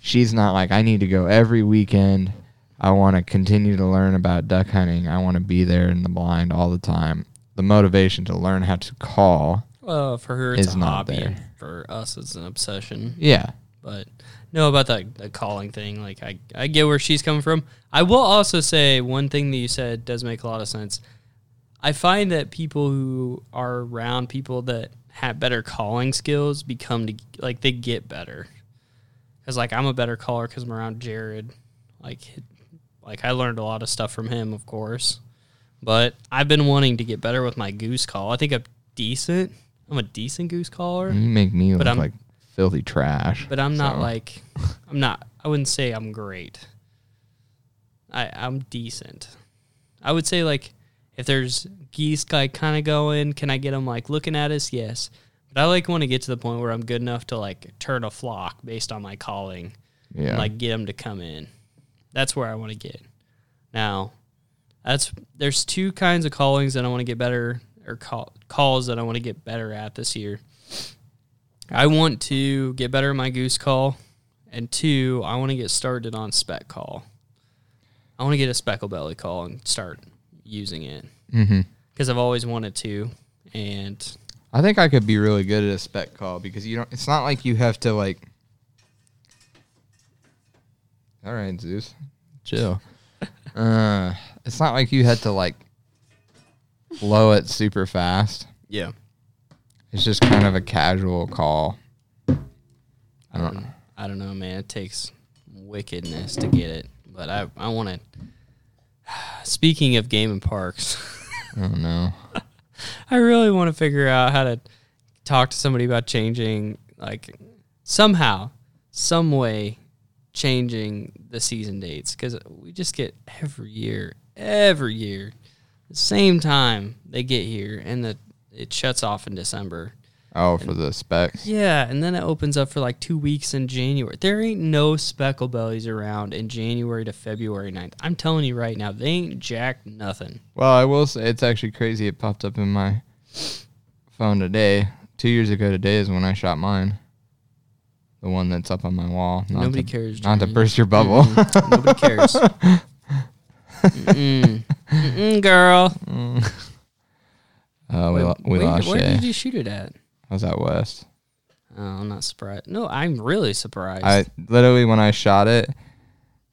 [SPEAKER 4] she's not like I need to go every weekend. I want to continue to learn about duck hunting. I want to be there in the blind all the time. The motivation to learn how to call.
[SPEAKER 1] Well, for her it's
[SPEAKER 4] Is
[SPEAKER 1] a
[SPEAKER 4] not
[SPEAKER 1] hobby.
[SPEAKER 4] there.
[SPEAKER 1] and For us, it's an obsession.
[SPEAKER 4] Yeah.
[SPEAKER 1] But no, about that the calling thing. Like I, I get where she's coming from. I will also say one thing that you said does make a lot of sense. I find that people who are around people that have better calling skills become to, like they get better. Cause like I'm a better caller because I'm around Jared. Like, like I learned a lot of stuff from him, of course. But I've been wanting to get better with my goose call. I think I'm decent. I'm a decent goose caller
[SPEAKER 4] You make me look
[SPEAKER 1] I'm-
[SPEAKER 4] like filthy trash.
[SPEAKER 1] but I'm not
[SPEAKER 4] So-
[SPEAKER 1] like I'm not I wouldn't say I'm great. I I'm decent. I would say like if there's geese like kind of going, can I get them like looking at us? Yes. But I like want to get to the point where I'm good enough to like turn a flock based on my calling
[SPEAKER 4] yeah.
[SPEAKER 1] like get them to come in. That's where I want to get. Now, that's there's two kinds of callings that I want to get better or call, calls that I want to get better at this year. I want to get better at my goose call, and two, I want to get started on spec call. I want to get a speckle belly call and start using it
[SPEAKER 4] mm-hmm.
[SPEAKER 1] because I've always wanted to, and
[SPEAKER 4] I think I could be really good at a spec call because you don't. It's not like you have to like. All right, Zeus, chill. uh, it's not like you had to like blow it super fast.
[SPEAKER 1] yeah,
[SPEAKER 4] It's just kind of a casual call. I don't know.
[SPEAKER 1] I don't know, man. It takes wickedness to get it, but I I want to. Speaking of game and parks,
[SPEAKER 4] I don't know.
[SPEAKER 1] I really want to figure out how to talk to somebody about changing, like somehow, some way, changing the season dates because we just get every year, every year, the same time they get here and the it shuts off in December.
[SPEAKER 4] Oh, for the specs.
[SPEAKER 1] Yeah, and then it opens up for like two weeks in January. There ain't no speckle bellies around in January to February 9th. I'm telling you right now, they ain't jack nothing.
[SPEAKER 4] Well, I will say it's actually crazy. It popped up in my phone today. Two years ago today is when I shot mine. The one that's up on my wall. Not
[SPEAKER 1] Nobody
[SPEAKER 4] the-
[SPEAKER 1] cares.
[SPEAKER 4] Not to
[SPEAKER 1] Jeremy.
[SPEAKER 4] burst your bubble.
[SPEAKER 1] Mm-mm. Nobody cares. Mm-mm. Mm-mm, girl.
[SPEAKER 4] Uh, we, lo- we
[SPEAKER 1] where,
[SPEAKER 4] lost
[SPEAKER 1] where
[SPEAKER 4] Shay.
[SPEAKER 1] did you shoot it at?
[SPEAKER 4] I was out west.
[SPEAKER 1] Oh, I'm not surprised. No, I'm really surprised.
[SPEAKER 4] I literally when I shot it,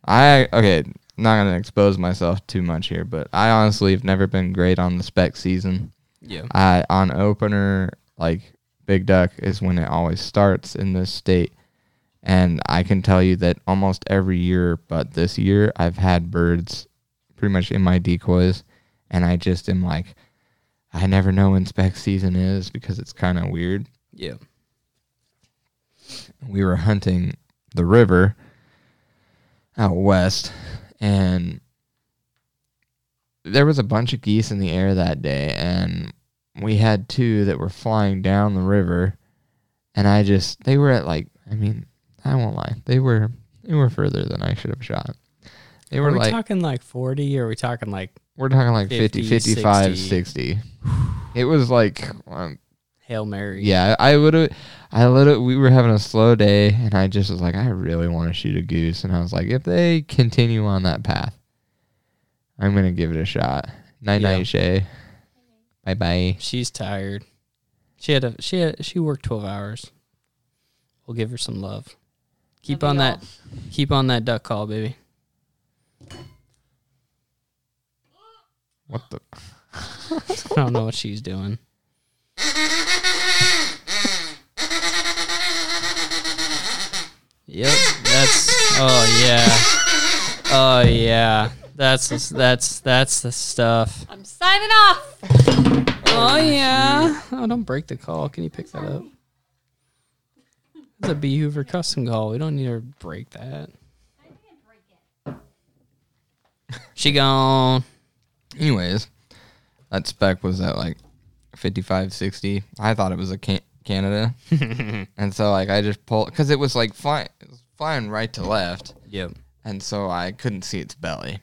[SPEAKER 4] I okay. Not gonna expose myself too much here, but I honestly have never been great on the spec season.
[SPEAKER 1] yeah.
[SPEAKER 4] I on opener like big duck is when it always starts in this state, and I can tell you that almost every year, but this year I've had birds pretty much in my decoys, and I just am like, I never know when spec season is because it's kind of weird.
[SPEAKER 1] Yeah.
[SPEAKER 4] we were hunting the river out west and there was a bunch of geese in the air that day and we had two that were flying down the river and i just they were at like i mean i won't lie they were they were further than i should have shot they
[SPEAKER 1] Are
[SPEAKER 4] were
[SPEAKER 1] we
[SPEAKER 4] like
[SPEAKER 1] talking like 40 or are we talking like
[SPEAKER 4] we're talking like 50,
[SPEAKER 1] 50,
[SPEAKER 4] 55
[SPEAKER 1] 60.
[SPEAKER 4] 60 it was like um,
[SPEAKER 1] Hail Mary?
[SPEAKER 4] yeah, I would have. I literally, we were having a slow day, and I just was like, I really want to shoot a goose. And I was like, if they continue on that path, I'm gonna give it a shot. Night night,
[SPEAKER 1] Yeah.
[SPEAKER 4] Shay. Bye bye.
[SPEAKER 1] She's tired. She had a she had, she worked 12 hours. We'll give her some love. Keep
[SPEAKER 2] Love
[SPEAKER 1] on
[SPEAKER 2] you
[SPEAKER 1] that keep on that duck call, baby.
[SPEAKER 4] What the?
[SPEAKER 1] I don't know what she's doing. Yep, that's oh yeah, oh yeah. That's the s- that's that's the stuff.
[SPEAKER 2] I'm signing off.
[SPEAKER 1] Oh yeah. Oh, don't break the call. Can you pick that up? It's a B Hoover custom call. We don't need to break that. She gone.
[SPEAKER 4] Anyways, that spec was at like 55, 60. I thought it was a can- Canada, and so like I just pulled because it was like flying, flying right to left,
[SPEAKER 1] Yep.
[SPEAKER 4] and so I couldn't see its belly.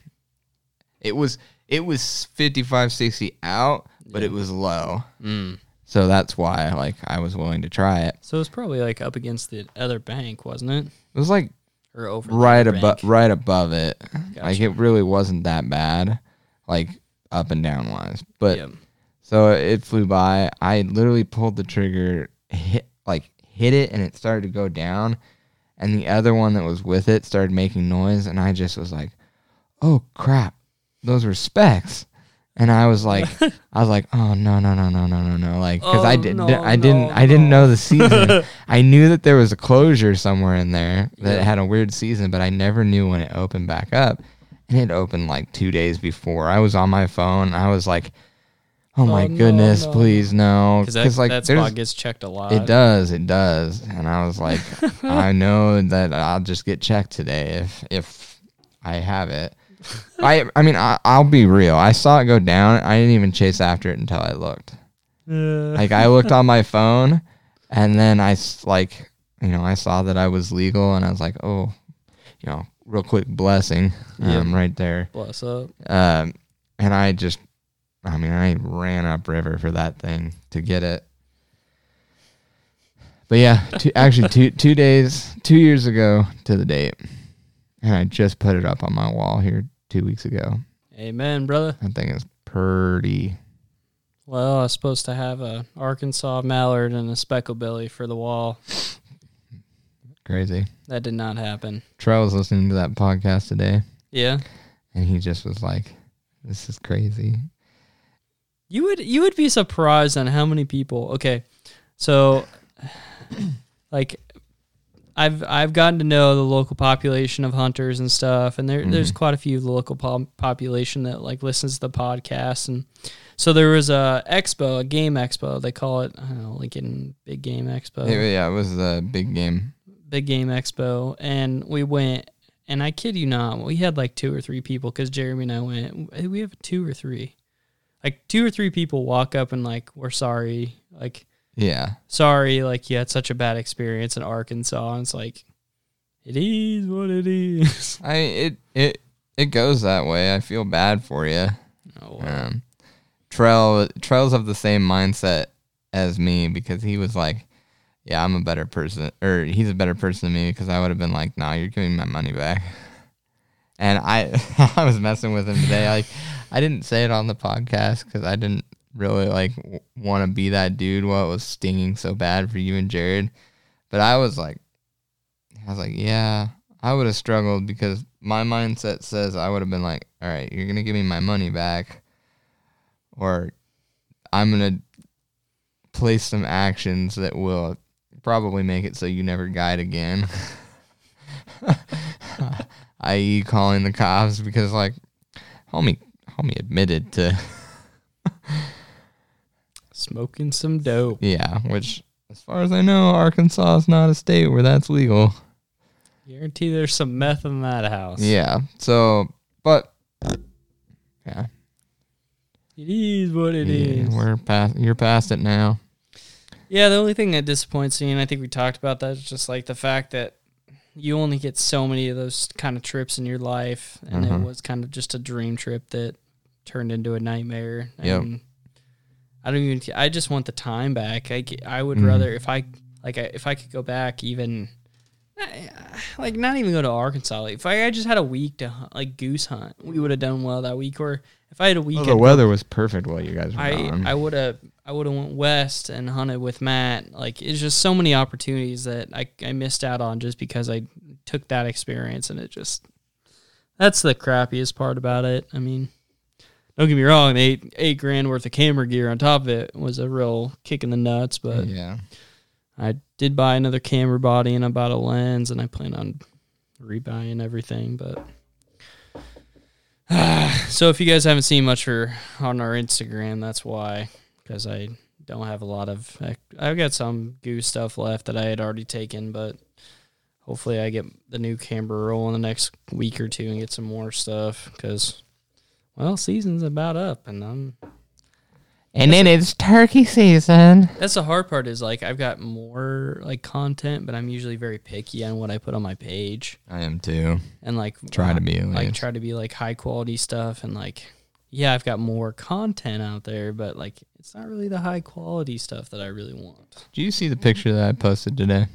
[SPEAKER 4] It was it was 55, 60 out, but it was low,
[SPEAKER 1] Mm.
[SPEAKER 4] so that's why like I was willing to try it.
[SPEAKER 1] So it's probably like up against the other bank, wasn't it?
[SPEAKER 4] It was like
[SPEAKER 1] Or over the
[SPEAKER 4] right
[SPEAKER 1] other
[SPEAKER 4] above
[SPEAKER 1] bank.
[SPEAKER 4] right above it. Like
[SPEAKER 1] Gotcha.
[SPEAKER 4] it really wasn't that bad, like up and down wise, but.
[SPEAKER 1] Yep.
[SPEAKER 4] So it flew by. I literally pulled the trigger, hit like hit it, and it started to go down. And the other one that was with it started making noise, and I just was like, "Oh crap, those were specs." And I was like, I was like, "Oh no, no, no, no, no, no, no!" Like because I
[SPEAKER 1] Oh,
[SPEAKER 4] didn't,
[SPEAKER 1] no,
[SPEAKER 4] I didn't,
[SPEAKER 1] no,
[SPEAKER 4] I didn't know the season. I knew that there was a closure somewhere in there that
[SPEAKER 1] Yeah.
[SPEAKER 4] had a weird season, but I never knew when it opened back up. And it opened like two days before. I was on my phone. I was like, "Oh my
[SPEAKER 1] Oh, no,
[SPEAKER 4] goodness,
[SPEAKER 1] no.
[SPEAKER 4] please no!"
[SPEAKER 1] Because that,
[SPEAKER 4] Because like
[SPEAKER 1] that
[SPEAKER 4] there's-
[SPEAKER 1] spot gets checked a lot.
[SPEAKER 4] it does, it does. And I was like, I know that I'll just get checked today if if I have it. I I mean I, I'll be real. I saw it go down. I didn't even chase after it until I looked. Like I looked on my phone, and then I s- like you know I saw that I was legal, and I was like, oh, you know, real quick blessing, um,
[SPEAKER 1] Yep.
[SPEAKER 4] right there.
[SPEAKER 1] Bless up.
[SPEAKER 4] Um, and I just, I mean, I ran upriver for that thing to get it. But yeah, two, actually, two two days, two years ago to the date, and I just put it up on my wall here two weeks ago.
[SPEAKER 1] Amen, brother.
[SPEAKER 4] That thing is pretty.
[SPEAKER 1] Well, I was supposed to have a Arkansas mallard and a specklebilly for the wall.
[SPEAKER 4] Crazy.
[SPEAKER 1] That did not happen.
[SPEAKER 4] Troy was listening to that podcast today,
[SPEAKER 1] Yeah.
[SPEAKER 4] and he just was like, "This is crazy."
[SPEAKER 1] You would you would be surprised on how many people. Okay, so like I've I've gotten to know the local population of hunters and stuff, and there there's quite a few of the local po- population that like listens to the podcast, and so there was a expo, a game expo they call it. I don't know, Lincoln Big Game Expo.
[SPEAKER 4] Yeah, yeah, it was the big game.
[SPEAKER 1] Big Game Expo, and we went. And I kid you not, we had like two or three people because Jeremy and I went. We have two or three, like two or three people walk up and like, "We're sorry, like
[SPEAKER 4] Yeah,
[SPEAKER 1] sorry, like you had such a bad experience in Arkansas." And it's like, it is what it is.
[SPEAKER 4] I it it it goes that way. I feel bad for you.
[SPEAKER 1] oh, well.
[SPEAKER 4] Um, Trell Trell's of the same mindset as me because he was like, "Yeah, I'm a better person," or he's a better person than me because I would have been like, "Nah, you're giving me my money back." And I I was messing with him today. Like, I didn't say it on the podcast because I didn't really like w- want to be that dude while it was stinging so bad for you and Jared. But I was like, I was like, yeah, I would have struggled because my mindset says I would have been like, all right, you're gonna give me my money back, or I'm gonna place some actions that will probably make it so you never guide again. i.e. E calling the cops because like homie homie admitted to
[SPEAKER 1] smoking some dope.
[SPEAKER 4] yeah, which as far as I know, Arkansas is not a state where that's legal.
[SPEAKER 1] Guarantee there's some meth in that house.
[SPEAKER 4] Yeah. So, but yeah,
[SPEAKER 1] it is what it
[SPEAKER 4] Yeah,
[SPEAKER 1] is.
[SPEAKER 4] We're past. You're past it now.
[SPEAKER 1] Yeah, the only thing that disappoints me, and I think we talked about that, is just like the fact that you only get so many of those kind of trips in your life, and
[SPEAKER 4] Uh-huh.
[SPEAKER 1] it was kind of just a dream trip that turned into a nightmare. I
[SPEAKER 4] Yep.
[SPEAKER 1] mean, I don't even. I just want the time back. I, c- I would
[SPEAKER 4] Mhm.
[SPEAKER 1] rather if I like I, if I could go back even. eh, Like not even go to Arkansas. Like if I, I just had a week to hunt, like goose hunt, we would have done well that week. Or if I had a week,
[SPEAKER 4] the weather was perfect while you guys were
[SPEAKER 1] I
[SPEAKER 4] gone.
[SPEAKER 1] I would have I would have went west and hunted with Matt. Like it's just so many opportunities that I I missed out on just because I took that experience and it just that's the crappiest part about it. I mean, don't get me wrong, the eight eight grand worth of camera gear on top of it was a real kick in the nuts, but
[SPEAKER 4] yeah.
[SPEAKER 1] I did buy another camera body and I bought a lens and I plan on rebuying everything, but so if you guys haven't seen much for on our Instagram, that's why because I don't have a lot of I've got some goose stuff left that I had already taken, but hopefully I get the new camera roll in the next week or two and get some more stuff because well, season's about up and I'm
[SPEAKER 3] And then it's turkey season.
[SPEAKER 1] That's the hard part is like I've got more like content, but I'm usually very picky on what I put on my page
[SPEAKER 4] I am too.
[SPEAKER 1] and like uh,
[SPEAKER 4] Try to be at
[SPEAKER 1] like
[SPEAKER 4] least.
[SPEAKER 1] try to be like high quality stuff and like yeah, I've got more content out there, but like it's not really the high quality stuff that I really want.
[SPEAKER 4] Do you see the picture that I posted today?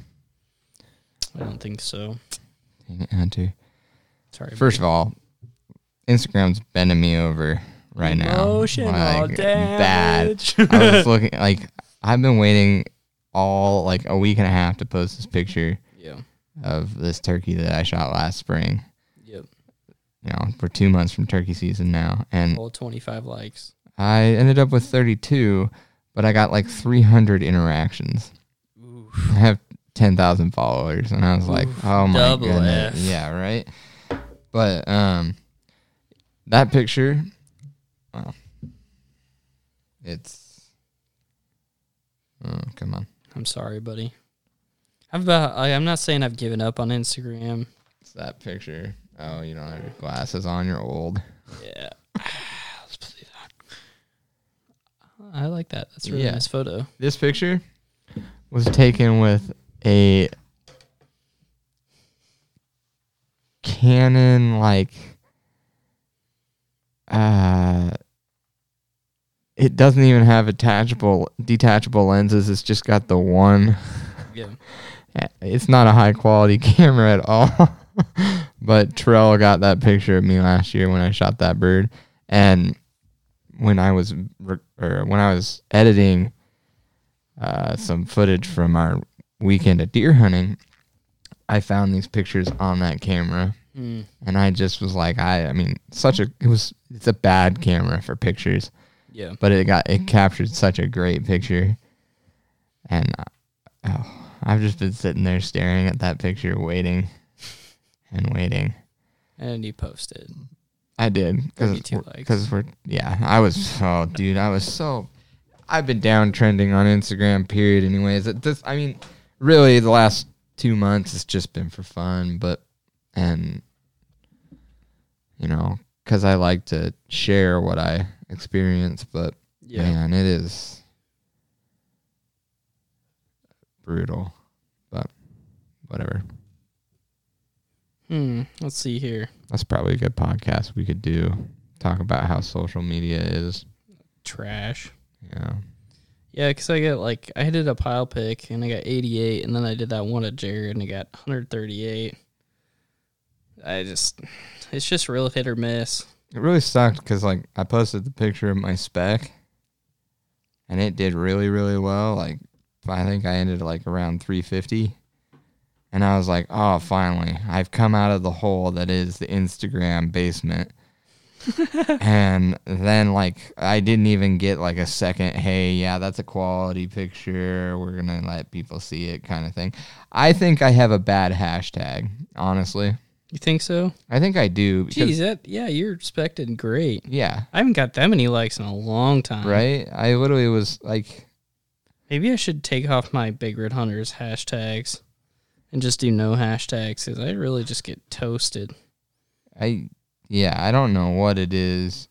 [SPEAKER 1] I don't think so.
[SPEAKER 4] Dang it, I had to.
[SPEAKER 1] Sorry.
[SPEAKER 4] First of all, Instagram's bending me over right now.
[SPEAKER 1] Emotional
[SPEAKER 4] Like, bad.
[SPEAKER 1] damage.
[SPEAKER 4] I was looking like I've been waiting all like a week and a half to post this picture
[SPEAKER 1] yeah.
[SPEAKER 4] of this turkey that I shot last spring.
[SPEAKER 1] Yep.
[SPEAKER 4] You know, we're two months from turkey season now, and
[SPEAKER 1] All 25 likes.
[SPEAKER 4] I ended up with 32, but I got like 300 interactions. I have 10,000 followers, and I was like, oh my
[SPEAKER 1] Double
[SPEAKER 4] goodness,
[SPEAKER 1] F.
[SPEAKER 4] yeah, right. But um, that picture, well, it's oh come on,
[SPEAKER 1] I'm sorry, buddy. I've about, I, I'm not saying I've given up on Instagram.
[SPEAKER 4] it's that picture. Oh, you don't have your glasses on. You're old.
[SPEAKER 1] Yeah. Let's play that. I like that. That's a really
[SPEAKER 4] Yeah.
[SPEAKER 1] nice photo.
[SPEAKER 4] This picture was taken with a Canon like uh it doesn't even have attachable detachable lenses. It's just got the one.
[SPEAKER 1] Yeah.
[SPEAKER 4] It's not a high quality camera at all. but Terrell got that picture of me last year when I shot that bird and when I was re- or when I was editing uh, some footage from our weekend of deer hunting, I found these pictures on that camera,
[SPEAKER 1] Mm.
[SPEAKER 4] and I just was like, I, I mean, such a it was it's a bad camera for pictures,
[SPEAKER 1] Yeah.
[SPEAKER 4] but it got it captured such a great picture, and uh, oh, I've just been sitting there staring at that picture, waiting and waiting.
[SPEAKER 1] And you posted.
[SPEAKER 4] I did because
[SPEAKER 1] 32 likes.
[SPEAKER 4] because we're yeah. I was oh dude, I was so I've been downtrending on Instagram. Period. Anyways, it, this I mean, really the last two months it's just been for fun, but and you know because I like to share what I experience, but
[SPEAKER 1] Yeah.
[SPEAKER 4] man, it is brutal. But whatever.
[SPEAKER 1] Hmm. Let's see here.
[SPEAKER 4] That's probably a good podcast we could do. Talk about how social media is.
[SPEAKER 1] Trash.
[SPEAKER 4] Yeah.
[SPEAKER 1] Yeah, because I got like, I did a pile pick and I got 88, and then I did that one at Jared and I got 138. I just, it's just real hit or miss.
[SPEAKER 4] It really sucked because like I posted the picture of my spec, and it did really really well. Like I think I ended like around 350, and I was like, oh, finally, I've come out of the hole that is the Instagram basement. and then like I didn't even get like a second, hey, yeah, that's a quality picture. We're gonna let people see it kind of thing. I think I have a bad hashtag, honestly.
[SPEAKER 1] You think so?
[SPEAKER 4] I think I do. Because,
[SPEAKER 1] Geez, that, yeah, you're expecting great.
[SPEAKER 4] Yeah.
[SPEAKER 1] I haven't got that many likes in a long time.
[SPEAKER 4] Mm-hmm. right? I literally was like,
[SPEAKER 1] Maybe I should take off my Big Red Hunters hashtags and just do no hashtags because I really just get toasted.
[SPEAKER 4] I, yeah, I don't know what it is.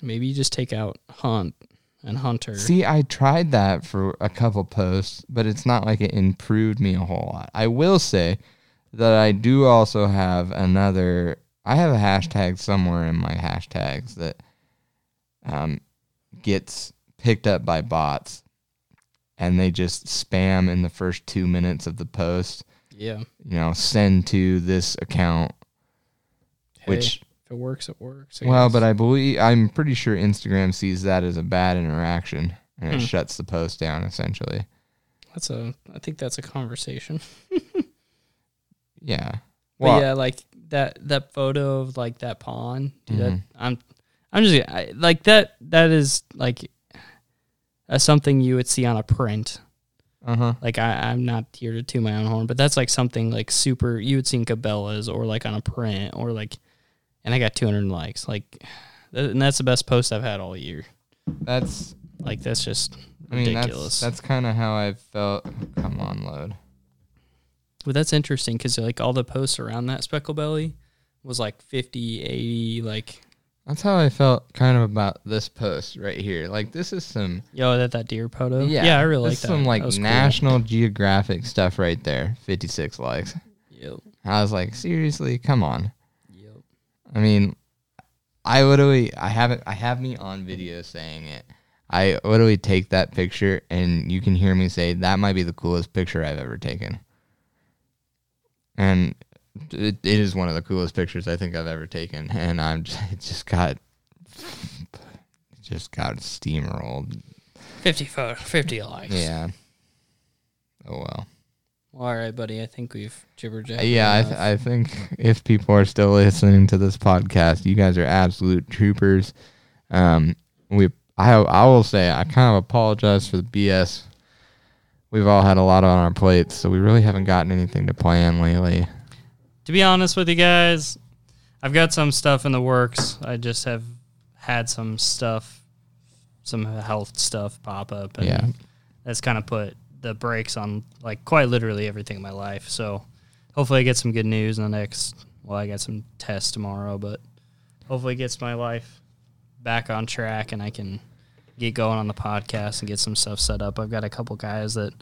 [SPEAKER 1] Maybe you just take out Hunt and Hunter.
[SPEAKER 4] See, I tried that for a couple posts, but it's not like it improved me a whole lot. I will say that I do also have another, I have a hashtag somewhere in my hashtags that um, gets picked up by bots and they just spam in the first two minutes of the post,
[SPEAKER 1] yeah.
[SPEAKER 4] you know, send to this account,
[SPEAKER 1] Hey,
[SPEAKER 4] which
[SPEAKER 1] if it works, it works. I
[SPEAKER 4] Well,
[SPEAKER 1] guess.
[SPEAKER 4] but I believe I'm pretty sure Instagram sees that as a bad interaction and it
[SPEAKER 1] Hmm.
[SPEAKER 4] shuts the post down essentially.
[SPEAKER 1] that's a. I think that's a conversation.
[SPEAKER 4] Yeah.
[SPEAKER 1] Well,
[SPEAKER 4] Well,
[SPEAKER 1] but yeah, like that that photo of like that pond. Dude, that,
[SPEAKER 4] Mhm.
[SPEAKER 1] I'm I'm just I, like that. That is like uh, something you would see on a print.
[SPEAKER 4] uh-huh.
[SPEAKER 1] Like I, I'm not here to toot my own horn, but that's like something like super you would see in Cabela's or like on a print or like, and I got 200 likes. Like, th- and that's the best post I've had all year.
[SPEAKER 4] That's
[SPEAKER 1] Like that's just
[SPEAKER 4] I mean
[SPEAKER 1] ridiculous.
[SPEAKER 4] that's that's kind of how I felt. Come on, load.
[SPEAKER 1] Well, that's interesting because like all the posts around that speckle belly was like 50, 80, like
[SPEAKER 4] That's how I felt kind of about this post right here. Like this is some
[SPEAKER 1] Yo, that that deer photo.
[SPEAKER 4] yeah,
[SPEAKER 1] I really like
[SPEAKER 4] this is
[SPEAKER 1] that.
[SPEAKER 4] Some like
[SPEAKER 1] That was cool.
[SPEAKER 4] National Geographic stuff right there. Fifty six likes.
[SPEAKER 1] Yep.
[SPEAKER 4] I was like, seriously, come on.
[SPEAKER 1] Yep.
[SPEAKER 4] I mean, I literally, I have it. I have me on video saying it. I literally take that picture, and you can hear me say that might be the coolest picture I've ever taken. And it, it is one of the coolest pictures I think I've ever taken, and I'm just, it just got it just got steamrolled.
[SPEAKER 1] 50 photo, 50 likes.
[SPEAKER 4] Yeah. Oh well.
[SPEAKER 1] Well, all right, buddy. I think we've jibber jabbered.
[SPEAKER 4] Yeah, I, th- I think if people are still listening to this podcast, you guys are absolute troopers. Um, we, I, I will say, I kind of apologize for the BS. We've all had a lot on our plates, so we really haven't gotten anything to plan lately.
[SPEAKER 1] to be honest with you guys, I've got some stuff in the works. I just have had some stuff, some health stuff pop up, and
[SPEAKER 4] Yeah.
[SPEAKER 1] that's kind of put the brakes on like quite literally everything in my life. So hopefully, I get some good news in the next. Well, I got some tests tomorrow, but hopefully, it gets my life back on track, and I can get going on the podcast and get some stuff set up. I've got a couple guys that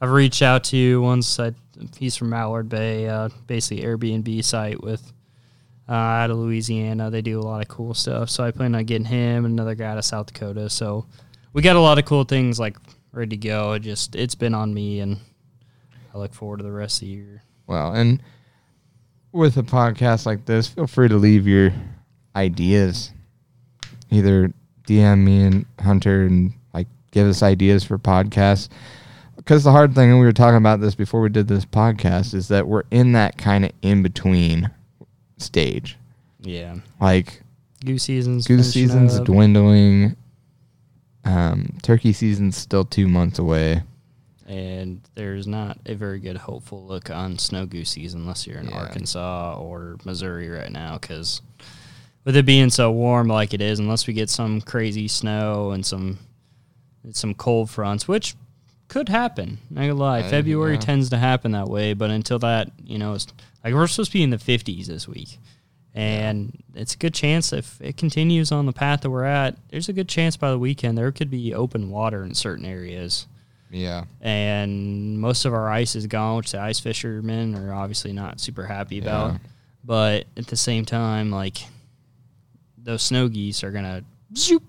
[SPEAKER 1] I've reached out to. One's I, he's from Mallard Bay, uh, basically Airbnb site with uh, out of Louisiana. They do a lot of cool stuff. So I plan on getting him and another guy out of South Dakota. So we got a lot of cool things like ready to go. It just it's been on me, and I look forward to the rest of the year.
[SPEAKER 4] Well, and with a podcast like this, feel free to leave your ideas. Either DM me and Hunter and like give us ideas for podcasts. Because the hard thing, and we were talking about this before we did this podcast, is that we're in that kind of in between stage.
[SPEAKER 1] Yeah,
[SPEAKER 4] Like
[SPEAKER 1] goose season's
[SPEAKER 4] goose
[SPEAKER 1] finishing
[SPEAKER 4] season's
[SPEAKER 1] up.
[SPEAKER 4] dwindling, um, turkey season's still two months away.
[SPEAKER 1] and there's not a very good hopeful look on snow goose season unless you're in
[SPEAKER 4] Yeah.
[SPEAKER 1] Arkansas or Missouri right now because with it being so warm like it is, unless we get some crazy snow and some some cold fronts, which could happen. Not gonna lie,
[SPEAKER 4] Uh,
[SPEAKER 1] February
[SPEAKER 4] yeah.
[SPEAKER 1] tends to happen that way, but until that, you know, it's, like we're supposed to be in the 50s this week. And it's a good chance if it continues on the path that we're at, there's a good chance by the weekend there could be open water in certain areas
[SPEAKER 4] Yeah.
[SPEAKER 1] and most of our ice is gone, which the ice fishermen are obviously not super happy about.
[SPEAKER 4] Yeah.
[SPEAKER 1] But at the same time, like those snow geese are gonna zoop,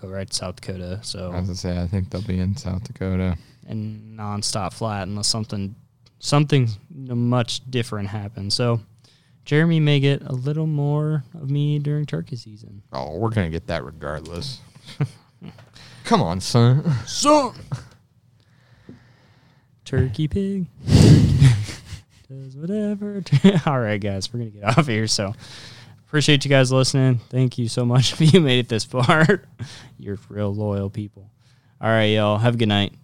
[SPEAKER 1] go right to South Dakota,
[SPEAKER 4] I was
[SPEAKER 1] so
[SPEAKER 4] gonna say I think they'll be in South Dakota.
[SPEAKER 1] and nonstop flat unless something something much different happens. So Jeremy may get a little more of me during turkey season.
[SPEAKER 4] Oh, we're gonna get that regardless. Come on, son. Son.
[SPEAKER 1] Turkey pig. does whatever. All right, guys, we're gonna get off here. So appreciate you guys listening. Thank you so much if you made it this far. You're real loyal people. All right, y'all. Have a good night.